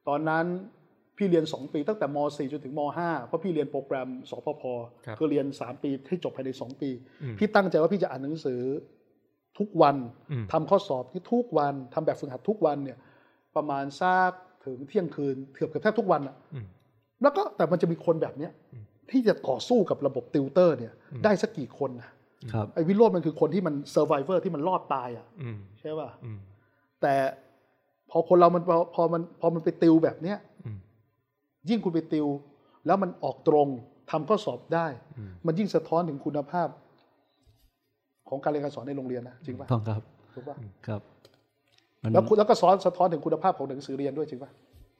Speaker 6: ตอนนั้นพี่เรียน 2 ปีตั้งแต่ม .4 จนถึงม .5 เพราะพี่เรียนโปรแกรมสพพ
Speaker 5: ครับ
Speaker 6: อเรียน 3 ปีให้จบภายใน 2 ปี
Speaker 5: อืม
Speaker 6: พี่ตั้งใจว่าพี่จะอ่านหนังสือทุกวัน
Speaker 5: อืม
Speaker 6: ทำข้อสอบที่ทุกวันทำแบบฝึกหัดทุกวันเนี่ยประมาณสักถึงเที่ยงคืนเกือบเกือบแทบทุกวันอะ
Speaker 5: อืม
Speaker 6: แล้วก็แต่มันจะมีคนแบบเนี้ย
Speaker 5: อืม
Speaker 6: ที่จะต่อสู้กับระบบติวเตอร์เนี่ย
Speaker 5: อืม
Speaker 6: ได้สักกี่คนนะครับ ไอ้วิโรจน์มันคือคนที่มันเซอร์ไ o เวอร์ที่มันรอดตายอ่ะ
Speaker 5: อืม
Speaker 6: ใช่ป่ะ
Speaker 5: อืม
Speaker 6: แต่พอคนเรามันพอพอมันพอมันไปติวแบบเนี้ย
Speaker 5: อืม
Speaker 6: ยิ่งคุณไปติว แล้วมันออกตรงทำข้อสอบได้
Speaker 5: อืม
Speaker 6: มันยิ่งสะท้อนถึงคุณภาพ ของการเรียนการสอนในโรงเรียนนะจริงป่ะ
Speaker 3: ต้องครับ
Speaker 6: ถูกป่ะ
Speaker 3: ครับมัน
Speaker 6: แล้วคุณแล้วก็สอนสะท้อนถึงคุณภาพของหนังสือเรียนด้วยจริงป่ะ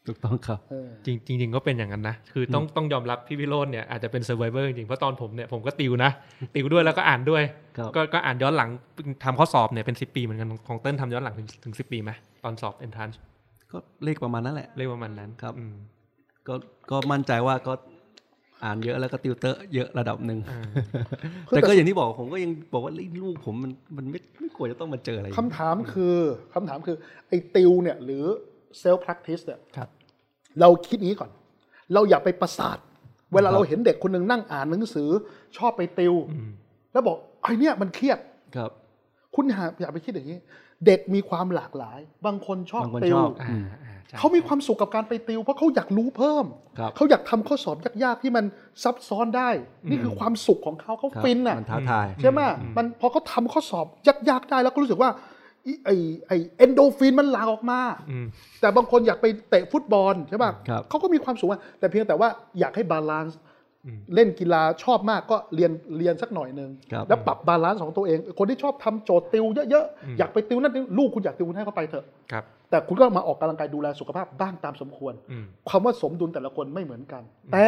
Speaker 3: ถูกต้องครับ
Speaker 6: เออ
Speaker 5: จริงจริงๆก็เป็นอย่างนั้นนะ คือต้องต้องยอมรับพี่วิโรจน์เนี่ยอาจจะเป็นเซอร์ไ o เวอร์จริงๆเพราะตอนผมเนี่ยผมก็ติวนะ ติวด้วยแล้วก็อ่านด้วย
Speaker 3: ครับ
Speaker 5: ก็ก็อ่านย้อนหลังทำข้อสอบเนี่ยเป็น 10 ปีเหมือนกันของของเติ้ลทำย้อนหลังถึงถึงสิปีไหมตอนสอบเอนทราน
Speaker 3: ก็เลขประมาณนั้นแหละ
Speaker 5: เรียกประมาณนั้น
Speaker 3: ครับ
Speaker 5: อืม
Speaker 3: ก็ก็มั่นใจว่าก็อ่านเยอะแล้วก็ติวเตอร์เยอะระดับหนึ่ง
Speaker 5: อ่า
Speaker 3: แต่ก็อย่างที่บอกผมก็ยังบอกว่าลูกผมมันมันไม่ไม่ควรจะต้องมาเจออะไรอย่าง
Speaker 6: คำ
Speaker 3: นี้
Speaker 6: ถามคือคำถามคือ ไอ้ติวเนี่ยหรือ self practice เนี่ย
Speaker 5: ครับ
Speaker 6: เราคิดอย่างนี้ก่อน เราอย่าไปประสาท เวลา
Speaker 3: ครับ
Speaker 6: เราเห็นเด็กคนหนึ่งนั่งอ่านหนังสือ ชอบไปติว
Speaker 5: อืม
Speaker 6: แล้วบอกไอ้เนี่ยมันเครียด
Speaker 3: ครับ
Speaker 6: คุณหาอย่าไปคิดอย่างนี้ เด็กมีความหลากหลาย บางคนชอบบ
Speaker 3: างคน
Speaker 6: ติว
Speaker 3: ชอบ
Speaker 5: อ่าอ่าใช่
Speaker 6: เขามีความสุขกับการไปติว เพราะเขาอยากรู้เพิ่ม
Speaker 3: ครับ
Speaker 6: เขาอยากทำข้อสอบยากๆที่มันซับซ้อนได้ นี่คือความสุขของเขาเขา
Speaker 3: ครับ
Speaker 6: ฟินอ่ะ
Speaker 3: มันท้าทาย
Speaker 6: ใช่ไหมมันพอเขาทำข้อสอบยากๆได้แล้วก็รู้สึกว่าอีไอไอเอนโดฟินมันหลั่งออกมา
Speaker 5: อืม
Speaker 6: แต่บางคนอยากไปเตะฟุตบอลใช่ป่ะ
Speaker 3: ครับ
Speaker 6: เขาก็มีความสุขอะแต่เพียงแต่ว่าอยากให้บาลานซ์
Speaker 5: อืม
Speaker 6: เล่นกีฬาชอบมากก็เรียนเรียนสักหน่อยหนึง
Speaker 3: ครับ
Speaker 6: แล้วปรับบาลานซ์ของตัวเอง คนที่ชอบทำโจทย์ติวเยอะๆ อยากไปติวนั่นติวลูกคุณอยากติวคุณให้เขาไปเถอะ
Speaker 5: ครับ
Speaker 6: แต่คุณก็มาออกกำลังกายดูแลสุขภาพบ้างตามสมควร
Speaker 5: อืม
Speaker 6: ความว่าสมดุลแต่ละคนไม่เหมือนกัน แต่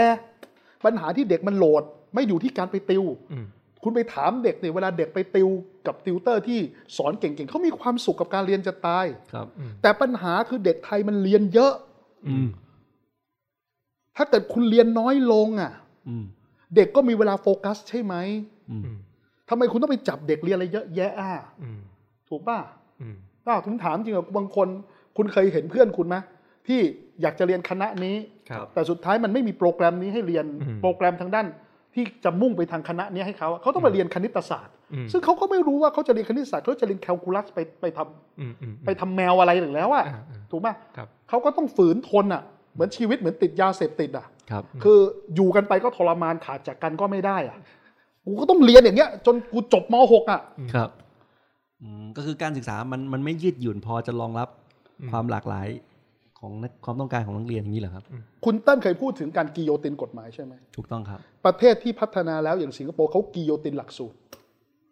Speaker 6: ปัญหาที่เด็กมันโหลดไม่อยู่ที่การไปติว
Speaker 5: อืม
Speaker 6: คุณไปถามเด็กเนี่ยเวลาเด็กไปติวกับติวเตอร์ที่สอนเก่งๆเขามีความสุขกับการเรียนจะตาย
Speaker 3: ครับ
Speaker 6: แต่ปัญหาคือเด็กไทยมันเรียนเยอะ
Speaker 3: อืม
Speaker 6: ถ้าเกิดคุณเรียนน้อยลงอ่ะ
Speaker 3: อืม
Speaker 6: เด็กก็มีเวลาโฟกัสใช่ไหม
Speaker 3: อืม
Speaker 5: อืม
Speaker 6: ทำไมคุณต้องไปจับเด็กเรียนอะไรเยอะแยะอ่ะ
Speaker 5: อืม
Speaker 6: ถูกป่ะ
Speaker 5: อืม
Speaker 6: ถ้าถึงถามจริงเหรอบางคน คุณเคยเห็นเพื่อนคุณไหมที่อยากจะเรียนคณะนี้
Speaker 5: ครับ
Speaker 6: แต่สุดท้ายมันไม่มีโปรแกรมนี้ให้เรียน
Speaker 5: อืม
Speaker 6: โปรแกรมทางด้าน ที่จะมุ่งไปทางคณะนี้ให้เขาอะเขาต้องมาเรียนคณิตศาสตร์
Speaker 5: อืม
Speaker 6: ซึ่งเขาก็ไม่รู้ว่าเขาจะเรียนคณิตศาสตร์เขาจะเรียนแคลคูลัสไปไปทำ
Speaker 5: อืมอืม
Speaker 6: ไปทำแมวอะไรหนึ่งแล้วอะ
Speaker 5: อ่าอ่า
Speaker 6: ถูกไหม
Speaker 5: ครับ
Speaker 6: เขาก็ต้องฝืนทนอะเหมือนชีวิตเหมือนติดยาเสพติดอะ
Speaker 3: ครับ
Speaker 6: คืออยู่กันไปก็ทรมานขาดจากกันก็ไม่ได้อะกูก็ต้องเรียนอย่างเงี้ย จนกูจบม .6 อะ
Speaker 3: ครับอืมก็คือการศึกษามันมันไม่ยืดหยุ่นพอจะรองรับความหลากหลายของนักความต้องการของนักเรียนอย่างนี้เหรอครับ
Speaker 6: คุณเต้นเคยพูดถึงการกิโยตินกฎหมายใช่ไหม
Speaker 3: ถูกต้องครับ
Speaker 6: ประเทศที่พัฒนาแล้วอย่างสิงคโปร์เขากิโยตินหลักสูตร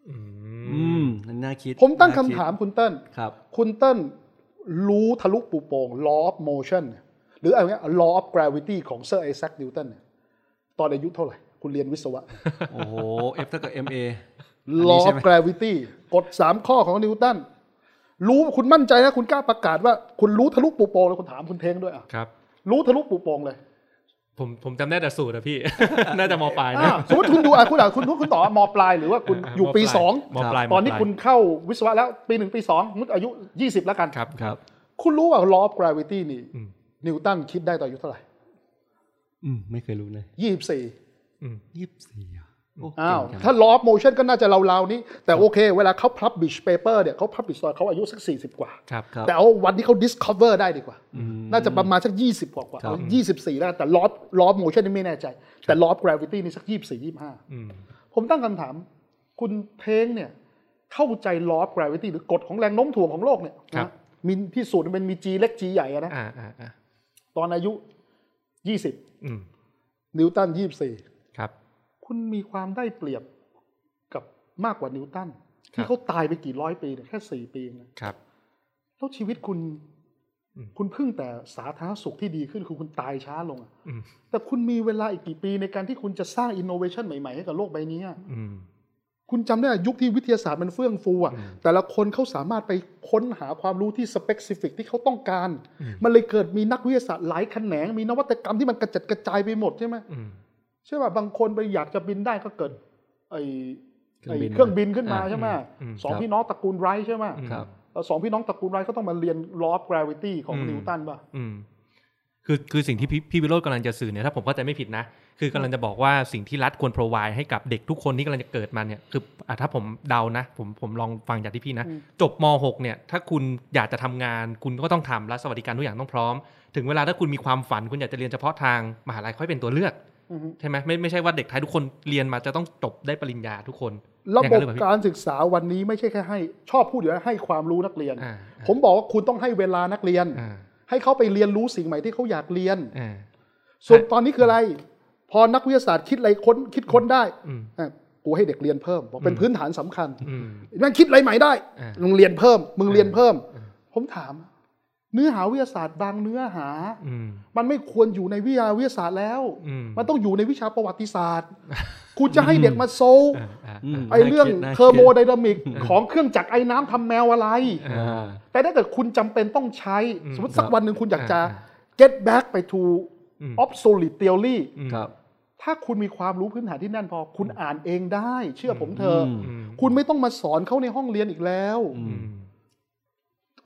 Speaker 5: อืม
Speaker 3: อืมนั่นน่าคิด
Speaker 6: ผมตั้งคำ
Speaker 3: น่ด
Speaker 6: ถามคุณเต้น
Speaker 3: ครับ
Speaker 6: คุณเต้นรู้ทะลุปูโป่ง law of motion เนี่ยหรืออะไรเงี้ย law of gravity ของเซอร์ไอแซคนิวตันเนี่ยตอนอายุเท่าไหร่ คุณเรียนวิศวะ
Speaker 3: โอ้โห F เท่ากับ MA
Speaker 6: ล้อ
Speaker 3: ใช่ไหม
Speaker 6: gravity กฎ 3 ข้อของนิวตันรู้คุณมั่นใจนะ คุณกล้าประกาศว่า คุณรู้ทะลุปูโปงเลยคุณถามคุณเทงด้วยอ่ะ
Speaker 5: ครับ
Speaker 6: รู้ทะลุปูโปงเลย
Speaker 5: ผมผมจำได้แต่สูตรอะพี่ น่าจะมปลายนะ
Speaker 6: อ่ะสมมติคุณดูอ่ะคุณอ่ะคุณคุณคุณต่อมปลายหรือว่าคุณ
Speaker 5: า
Speaker 6: อยู่ปี
Speaker 5: มปลาม
Speaker 6: 2
Speaker 5: ปลาย
Speaker 6: ตอนนี้
Speaker 5: มปลาย
Speaker 6: คุณเข้าวิศวะแล้วปีหนึ่งปีสองมุดอายุ 20 แล้วกัน
Speaker 5: ครับ
Speaker 3: ครับ
Speaker 6: คุณรู้ว่าล้อ gravity นี่
Speaker 5: อืม
Speaker 6: นิวตันคิดได้ตอนอายุเท่าไหร่
Speaker 3: อืม ไม่เคยรู้เลย
Speaker 6: 24
Speaker 5: อืม
Speaker 3: ยี่สิบสี่อ่ะ โอ้
Speaker 6: อ้าว
Speaker 3: เก่งจั
Speaker 6: ถ้าง ล้อโมชั่นก็น่าจะราวๆนี้ แต่โอเค เวลาเขาพับบิชเปเปอร์เนี่ยเขาพับบิชตอนเขาอายุสักสี่สิบกว่า
Speaker 5: ครับ
Speaker 3: ครับ
Speaker 6: แต่เอาวันที่เขา discover ได้ดีกว่า
Speaker 3: อืม
Speaker 6: น่าจะประมาณสักยี่สิบกว่ากว่า
Speaker 3: ครับ
Speaker 6: ยี่สิบสี่ได้แต่ล้อล้อโมชั่นนี่ไม่แน่ใจ แต่ล้อ gravity นี่สักยี่สี่ยี่ห้า
Speaker 5: อืม
Speaker 6: ผมตั้งคำถาม คุณเท้งเนี่ย เข้าใจล้อ gravity หรือกฎของแรงโน้มถ่วงของโลกเนี่ย
Speaker 5: ครั
Speaker 6: นะ
Speaker 5: บ
Speaker 6: มีพิสูจน์มันมี G เล็ก G ใหญ่อะนะ
Speaker 5: อ่าอ่าอ่า
Speaker 6: ตอนอายุ
Speaker 5: อืม
Speaker 6: 20 นิวตัน 24
Speaker 5: ครับ
Speaker 6: คุณมีความได้เปรียบกับมากกว่านิวตัน
Speaker 5: ครั
Speaker 6: ที่
Speaker 5: บ
Speaker 6: เขาตายไปกี่ร้อยปีเนี่ยแค่ 4 ปีเองนะครับ แล้วชีวิตคุณ
Speaker 5: อืม
Speaker 6: คุณพึ่งแต่สาธารณสุขที่ดีขึ้นคือคุณตายช้าลงอะ
Speaker 5: อืม
Speaker 6: แต่คุณมีเวลาอีกกี่ปีในการที่คุณจะสร้างอินโนเวชันใหม่ๆให้กับโลกใบนี้อะ
Speaker 5: อืม
Speaker 6: คุณจำได้ยุคที่วิทยาศาสตร์มันเฟื่องฟูอ่ะ
Speaker 5: อืม
Speaker 6: แต่ละคนเขาสามารถไปค้นหาความรู้ที่สเปกซิฟิกที่เขาต้องการ
Speaker 5: อืม
Speaker 6: มันเลยเกิดมีนักวิทยาศาสตร์หลายแขนง มีนวัตกรรมที่มันกระจัดกระจายไปหมดใช่ไหม
Speaker 5: อืม
Speaker 6: ใช่ป่ะบางคนไปอยากจะบินได้ก็เกิดไอ
Speaker 3: เครื่อง
Speaker 6: ไอ
Speaker 3: บิน
Speaker 6: เครื่องบินขึ้นมา
Speaker 3: อ่า
Speaker 6: ใช่ไหม
Speaker 5: อืม
Speaker 6: สอง
Speaker 3: ครับ
Speaker 6: พี่น้องตระกูลไรท์ใช่ไหม
Speaker 3: ครับ
Speaker 6: แล้วสองพี่น้องตระกูลไรท์ก็ต้องมาเรียนลอฟกราวิตี้ของ
Speaker 5: อืม
Speaker 6: นิวตันป่ะ
Speaker 5: อืมคือคือสิ่งที่พี่พี่วิโรจน์กำลังจะสื่อเนี่ยถ้าผมเข้าใจไม่ผิดนะ คือกำลังจะบอกว่าสิ่งที่รัฐควร provide ให้กับเด็กทุกคนที่กำลังจะเกิดมาเนี่ยคืออ่ะถ้าผมเดานะ ผมผมลองฟังจากที่พี่นะ
Speaker 6: อืม
Speaker 5: จบม .6 เนี่ย ถ้าคุณอยากจะทำงาน คุณก็ต้องทำและสวัสดิการทุกอย่างต้องพร้อม ถึงเวลาถ้าคุณมีความฝัน คุณอยากจะเรียนเฉพาะทางมหาลัยค่อยเป็นตัวเลือก
Speaker 6: อือฮึ
Speaker 5: ใช่ไหมไม่ไม่ใช่ว่าเด็กไทยทุกคนเรียนมาจะต้องจบได้ปริญญาทุกคน
Speaker 6: ระ
Speaker 5: อย่า
Speaker 6: บ
Speaker 5: งนั้น
Speaker 6: บ
Speaker 5: หอเปล่าพี่
Speaker 6: การศึกษาวันนี้ไม่ใช่แค่ให้ ชอบพูดอยู่แล้วให้ความรู้นักเรียน
Speaker 5: อ่า
Speaker 6: ผมบอกว่าคุณต้องให้เวลานักเรียน
Speaker 5: อ่า
Speaker 6: ให้เขาไปเรียนรู้สิ่งใหม่ที่เขาอยากเรียน
Speaker 5: อ่า
Speaker 6: ส่วนตอนนี้คืออะไร พอนักวิทยาศาสตร์คิดอะไรค้นคิดค้นได้
Speaker 5: อืม
Speaker 6: อ่ะกูให้เด็กเรียนเพิ่มบอกเป็นพื้นฐานสำคัญ
Speaker 5: อืม
Speaker 6: นั่นคิดอะไรใหม่ได้
Speaker 5: อ่า
Speaker 6: มึงเรียนเพิ่ม มึงเรียนเพิ่ม
Speaker 5: อ่า
Speaker 6: ผมถาม เนื้อหาวิทยาศาสตร์บางเนื้อหา
Speaker 5: อืม
Speaker 6: มันไม่ควรอยู่ในวิทยาวิทยาศาสตร์แล้ว
Speaker 5: อืม
Speaker 6: มันต้องอยู่ในวิชาประวัติศาสตร์ คุณจะให้เด็กมาโซล
Speaker 5: อ่าอ่า
Speaker 3: อืม
Speaker 5: อ่า
Speaker 6: ไอเรื่อง
Speaker 3: น่าคิดน่าคิด
Speaker 6: เทอร์โมไดนามิกของเครื่องจักรไอ้น้ำทำแมวอะไร
Speaker 3: อ่า
Speaker 6: แต่ถ้าเกิดคุณจำเป็นต้องใช้
Speaker 5: อืม
Speaker 6: สมมติสักวันหนึ่งคุณอยากจะ
Speaker 5: อ่า
Speaker 6: get back ไป to
Speaker 5: อืม
Speaker 6: obsolete theory
Speaker 5: อืม
Speaker 3: ครับ
Speaker 6: ถ้าคุณมีความรู้พื้นฐานที่แน่นพอ คุณอ่านเองได้ เชื่อผมเถอะ
Speaker 3: อืม
Speaker 5: อืม
Speaker 6: คุณไม่ต้องมาสอนเขาในห้องเรียนอีกแล้ว
Speaker 3: อื
Speaker 5: อื
Speaker 3: ม
Speaker 5: ม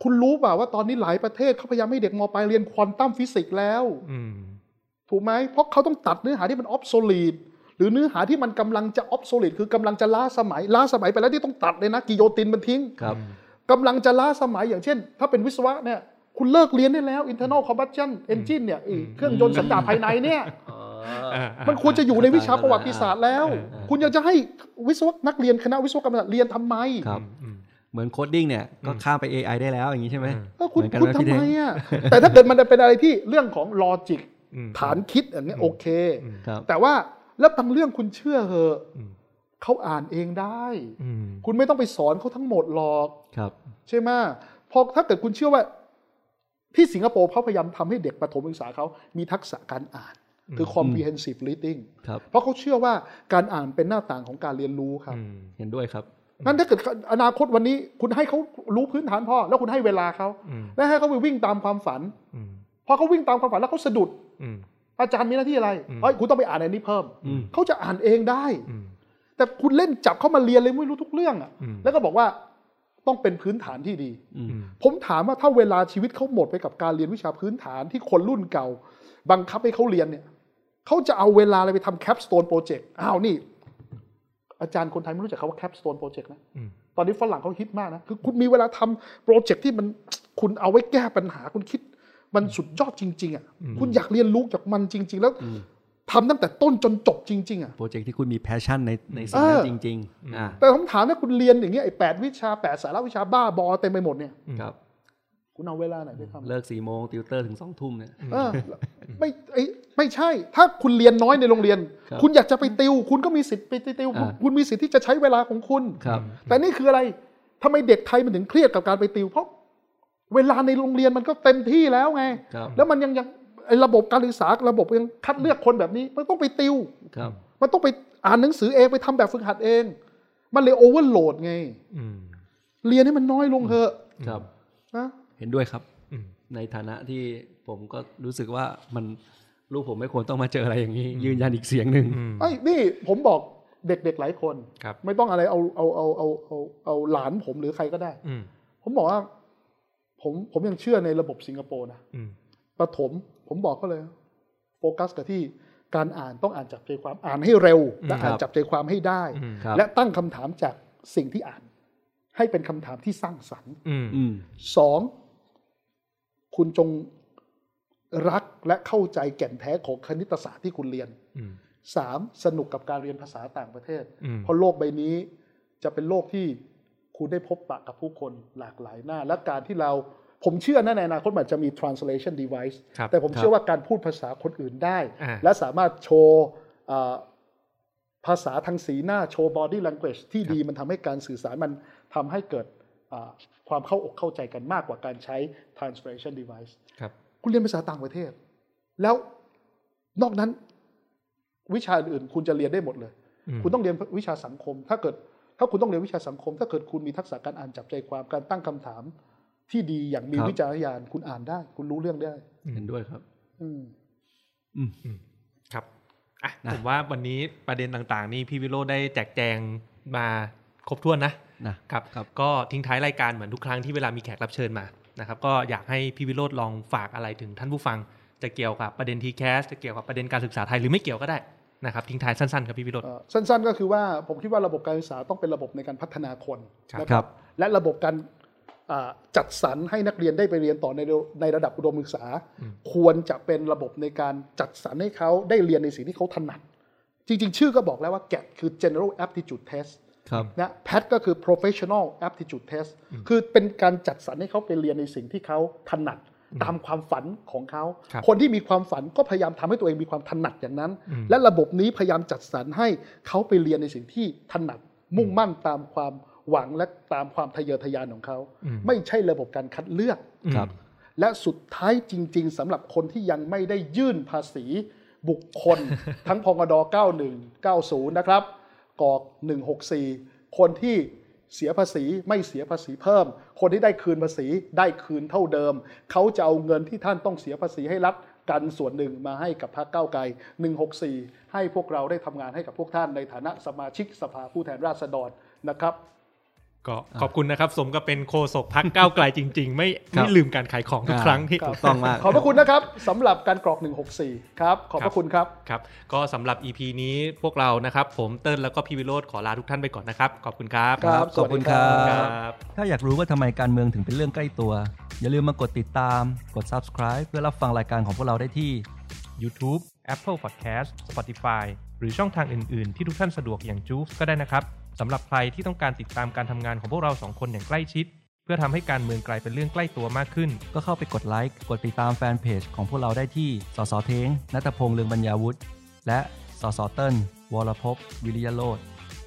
Speaker 6: คุณรู้เปล่าว่าตอนนี้หลายประเทศเขาพยายามให้เด็กมปลายเรียนควอนตัมฟิสิกส์แล้ว
Speaker 5: อืม
Speaker 6: ถูกไหมเพราะเขาต้องตัดเนื้อหาที่มันออฟโซลิดหรือเนื้อหาที่มันกำลังจะออฟโซลิดคือกำลังจะล้าสมัยล้าสมัยไปแล้วที่ต้องตัดเลยนะกิโยตินมันทิ้ง
Speaker 3: ครับ
Speaker 6: กำลังจะล้าสมัยอย่างเช่น ถ้าเป็นวิศวะเนี่ยคุณเลิกเรียนได้แล้ว internal combustion engine เนี่ยไอ้เครื่องยนต์สันดาปภายในเนี่ย
Speaker 5: อ่าอ่า
Speaker 6: มันควรจะอยู่ในวิชาประวัติศาสตร์แล้ว
Speaker 3: เออ
Speaker 6: คุณยังจะให้วิศวกนักเรียนคณะวิศวกรรมศาสตร์เรียนทำไม
Speaker 3: ครับ
Speaker 5: อืม
Speaker 3: เหมือนโคดดิ้งเนี่ย ก็ข้ามไป AI ได้แล้วอย่างนี้ใช่ไหม
Speaker 5: อืม
Speaker 6: เออคุณ
Speaker 3: เหมือนกัน
Speaker 6: คุณ
Speaker 3: นะพี่
Speaker 6: ทำไม
Speaker 3: เท้ง
Speaker 6: อ่ะ แต่ถ้าเกิดมันเป็นอะไรที่เรื่องของลอจิก
Speaker 5: อืม
Speaker 6: ฐานคิดอันเนี้ย
Speaker 5: อืม
Speaker 6: โอเค
Speaker 3: ครับ
Speaker 6: แต่ว่าแล้วบางเรื่องคุณเชื่อเหอะ
Speaker 5: อืม
Speaker 6: เขาอ่านเองได้
Speaker 5: อืม
Speaker 6: คุณไม่ต้องไปสอนเขาทั้งหมดหรอก
Speaker 3: ครับ
Speaker 6: ใช่ไหมพอถ้าเกิดคุณเชื่อว่า ที่สิงคโปร์เขาพยายามทำให้เด็กประถมศึกษาเขามีทักษะการอ่าน คือ comprehensive reading
Speaker 3: ครับ
Speaker 6: เพราะเขาเชื่อว่าการอ่านเป็นหน้าต่างของการเรียนรู้ครับ
Speaker 5: อืม
Speaker 3: เห็นด้วยครับ
Speaker 6: งั้นถ้าเกิดอนาคตวันนี้คุณให้เขารู้พื้นฐานพอ แล้วคุณให้เวลาเขา
Speaker 5: อืม
Speaker 6: และให้เขาไปวิ่งตามความฝัน
Speaker 5: อืม
Speaker 6: พอเขาวิ่งตามความฝันแล้วเขาสะดุด
Speaker 5: อืม
Speaker 6: อาจารย์มีหน้าที่อะไร
Speaker 5: อืม
Speaker 6: เฮ้ยคุณต้องไปอ่านอันนี้เพิ่ม
Speaker 3: อืม
Speaker 6: เขาจะอ่านเองได้
Speaker 5: อืม
Speaker 6: แต่คุณเล่นจับเขามาเรียนเลยไม่รู้ทุกเรื่องอะ
Speaker 5: อืม
Speaker 6: แล้วก็บอกว่าต้องเป็นพื้นฐานที่ดี
Speaker 3: อืม
Speaker 6: ผมถามว่าถ้าเวลาชีวิตเขาหมดไปกับการเรียนวิชาพื้นฐานที่คนรุ่นเก่า บังคับให้เขาเรียนเนี่ยเขาจะเอาเวลาอะไรไปทำแคปสโตนโปรเจกต์อ้าวนี่ อาจารย์คนไทยไม่รู้จักคำว่าแคปสโตนโปรเจกต์นะ
Speaker 5: อืม
Speaker 6: ตอนนี้ฝรั่งเขาฮิตมากนะ คือคุณมีเวลาทำโปรเจกต์ที่มัน คุณเอาไว้แก้ปัญหาคุณคิด มันสุดยอดจริง ๆ อ่ะ
Speaker 5: อืม
Speaker 6: คุณอยากเรียนรู้จากมันจริง ๆ แล้ว
Speaker 3: อืม
Speaker 6: ทำตั้งแต่ต้นจนจบจริง ๆ อ่ะ
Speaker 3: โปรเจกต์ที่คุณมีแพชชั่นในในสิ่งนั้
Speaker 6: เอน อ
Speaker 3: จริงๆอ่า
Speaker 6: แต่ผมถามถ้าคุณเรียนอย่างเงี้ยไอ้แปดวิชาแปดสาระวิชาบ้าบอเต็มไปหมดเนี่ย
Speaker 3: ครับ
Speaker 6: คุณเอาเวลาไหนไปทำ
Speaker 3: เลิกสี่โมงติวเตอร์ถึงสองทุ่มเนี่ย
Speaker 6: เอ อไม่ไอ้ไม่ใช่ ถ้าคุณเรียนน้อยในโรงเรียน
Speaker 3: ครับ
Speaker 6: คุณอยากจะไปติว คุณก็มีสิทธิ์ไปติว
Speaker 3: อ่า
Speaker 6: คุณมีสิทธิ์ที่จะใช้เวลาของคุณ
Speaker 3: ครับ
Speaker 6: แต่นี่คืออะไรทำไมเด็กไทยมันถึงเครียดกับการไปติว เพราะเวลาในโรงเรียนมันก็เต็มที่แล้วไง
Speaker 3: ครับ
Speaker 6: แล้วมันยังยังไอ้ระบบการศึกษาระบบยังคัดเลือกคนแบบนี้ มันต้องไปติว
Speaker 3: ครับ
Speaker 6: มันต้องไปอ่านหนังสือเองไปทำแบบฝึกหัดเอง มันเลยโอเวอร์โหลดไง
Speaker 5: อืม
Speaker 6: เรียนให้มันน้อยลงเถอะ
Speaker 3: ครับ
Speaker 6: นะ
Speaker 3: เห็นด้วยครับ
Speaker 5: อืม
Speaker 3: ในฐานะที่ผมก็รู้สึกว่ามันลูกผมไม่ควรต้องมาเจออะไรอย่างนี้ ยืนยันอีกเสียงหนึ่ง
Speaker 5: อืม
Speaker 6: ไอ้ยนี่ผมบอกเด็กๆหลายคน
Speaker 5: ครับ
Speaker 6: ไม่ต้องอะไรเอาเอาเอาเอาเอาเอาหลานผมหรือใครก็ได้
Speaker 5: อืม
Speaker 6: ผมบอกว่า ผมผมยังเชื่อในระบบสิงคโปร์นะ
Speaker 5: อืม
Speaker 6: ประถมผมบอกเขาเลย โฟกัสกับที่ การอ่านต้องอ่านจับใจความอ่านให้เร็วและ
Speaker 5: อืม
Speaker 6: อ่านจับใจความให้ได้
Speaker 5: อืม
Speaker 3: ครับ
Speaker 6: และตั้งคำถามจากสิ่งที่อ่าน ให้เป็นคำถามที่สร้างสรรค์
Speaker 5: อืม
Speaker 3: อืม
Speaker 6: สองคุณจงรักและเข้าใจแก่นแท้ของคณิตศาสตร์ที่คุณเรียน
Speaker 5: อืม
Speaker 6: สามสนุกกับการเรียนภาษาต่างประเทศ
Speaker 5: อืม
Speaker 6: เพราะโลกใบนี้จะเป็นโลกที่คุณได้พบปะกับผู้คนหลากหลายหน้า และการที่เราผมเชื่อนะในอนาคตมันจะมี translation device
Speaker 5: ครับ
Speaker 6: แต่ผมเชื่อว่าการพูดภาษาคนอื่นได้
Speaker 5: อ่า
Speaker 6: และสามารถโชว์เอ่อภาษาทางสีหน้าโชว์ body language ที่ดีมันทำให้การสื่อสารมันทำให้เกิดเอ่อความเข้าอกเข้าใจกันมากกว่าการใช้ translation device
Speaker 5: ครับ
Speaker 6: คุณเรียนภาษาต่างประเทศ แล้วนอกนั้นวิชาอื่นๆคุณจะเรียนได้หมดเลย
Speaker 5: อืม
Speaker 6: คุณต้องเรียนวิชาสังคม ถ้าเกิด ถ้าคุณต้องเรียนวิชาสังคม ถ้าเกิดคุณมีทักษะการอ่านจับใจความการตั้งคำถามที่ดีอย่างมีวิจารณญาณคุณอ่านได้ คุณรู้เรื่องได้
Speaker 3: เห็นด้วยครับ
Speaker 6: อืม
Speaker 5: ครับอ่ะผมว่าวันนี้ประเด็นต่างๆ นี่พี่วิโรจน์ได้แจกแจงมาครบถ้วนนะ
Speaker 3: นะ
Speaker 5: ครับ
Speaker 3: ครับ
Speaker 5: ก็ทิ้งท้ายรายการเหมือนทุกครั้งที่เวลามีแขกรับเชิญมานะครับก็อยากให้พี่วิโรธลองฝากอะไรถึงท่านผู้ฟัง จะเกี่ยวกับประเด็นทีแคสจะเกี่ยวกับประเด็นการศึกษาไทยหรือไม่เกี่ยวก็ได้นะครับทิ้งท้ายสั้นๆครับพี่วิโรธ
Speaker 6: เอ่อสั้นๆก็คือว่าผมคิดว่าระบบการศึกษาต้องเป็นระบบในการพัฒนาคน
Speaker 5: ครับ
Speaker 6: นะครับและระบบการอ่าจัดสรรให้นักเรียนได้ไปเรียนต่อในเร็วในระดับอุดมศึกษา
Speaker 5: อืม
Speaker 6: ควรจะเป็นระบบในการจัดสรรให้เขาได้เรียนในสิ่งที่เขาถนัด จริงๆ ชื่อก็บอกแล้วว่าแกดคือ general aptitude test
Speaker 3: ครับ
Speaker 6: นะแพทก็คือ professional aptitude test คือเป็นการจัดสรรให้เขาไปเรียนในสิ่งที่เขาถนัดตามความฝันของเขา
Speaker 5: ครับ
Speaker 6: คนที่มีความฝันก็พยายามทำให้ตัวเองมีความถนัดอย่างนั้น และระบบนี้พยายามจัดสรรให้เขาไปเรียนในสิ่งที่ถนัด มุ่งมั่นตามความหวังและตามความทะเยอทะยานของเขา ไม่ใช่ระบบการคัดเลือก
Speaker 3: ครับ
Speaker 6: และสุดท้ายจริง ๆสำหรับคนที่ยังไม่ได้ยื่นภาษีบุคคล ทั้งพงด91 90 นะครับกอก 164 คนที่เสียภาษีไม่เสียภาษีเพิ่ม คนที่ได้คืนภาษีได้คืนเท่าเดิม เขาจะเอาเงินที่ท่านต้องเสียภาษีให้รัฐกันส่วนหนึ่งมาให้กับพรรคก้าวไกล 164 ให้พวกเราได้ทำงานให้กับพวกท่านในฐานะสมาชิกสภาผู้แทนราษฎรนะครับ
Speaker 5: ก็ขอบคุณนะครับสมกับเป็นโคศกพักก้าวไกลจริง ๆ ไม่
Speaker 3: ครับ
Speaker 5: ไม่ลืมการขายของทุกครั้งที่
Speaker 3: ถูกต้องมาก
Speaker 6: ขอบพระคุณนะครับสำหรับการกรอก 164 ครับ ขอบพระคุณครับ
Speaker 5: ครับก็สำหรับ EP นี้พวกเรานะครับ ผมเติ้ลแล้วก็พี่วิโรธขอลาทุกท่านไปก่อนนะครับขอบคุณครับ
Speaker 6: ครับ
Speaker 3: ขอบคุณครั
Speaker 5: ค
Speaker 3: บ
Speaker 5: รับ
Speaker 3: ถ้าอยากรู้ว่าทำไมการเมืองถึงเป็นเรื่องใกล้ตัว อย่าลืมมากดติดตาม กด subscribe เพื่อรับฟังรายการของพวกเราได้ที่
Speaker 5: YouTube, Apple Podcast, Spotify หรือช่องทางอื่น ๆ ที่ทุกท่านสะดวกอย่างจูฟก็ได้นะครับ สำหรับใครที่ต้องการติดตามการทำงานของพวกเราสองคนอย่างใกล้ชิด เพื่อทำให้การเมืองกลายเป็นเรื่องใกล้ตัวมากขึ้น
Speaker 3: ก็เข้าไปกดไลค์ กดติดตามแฟนเพจของพวกเราได้ที่ สสเทงนัทพงษ์เลืองบรรยาวุฒิ และสสเติ้ลวรภพวิริยโรธ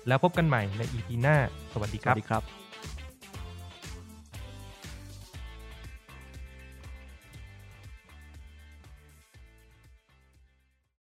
Speaker 5: แล้วพบกันใหม่ใน EP หน้า สวัสดี
Speaker 3: ส
Speaker 5: ค
Speaker 3: วั
Speaker 5: รั
Speaker 3: ส
Speaker 5: บ
Speaker 3: ดีครับ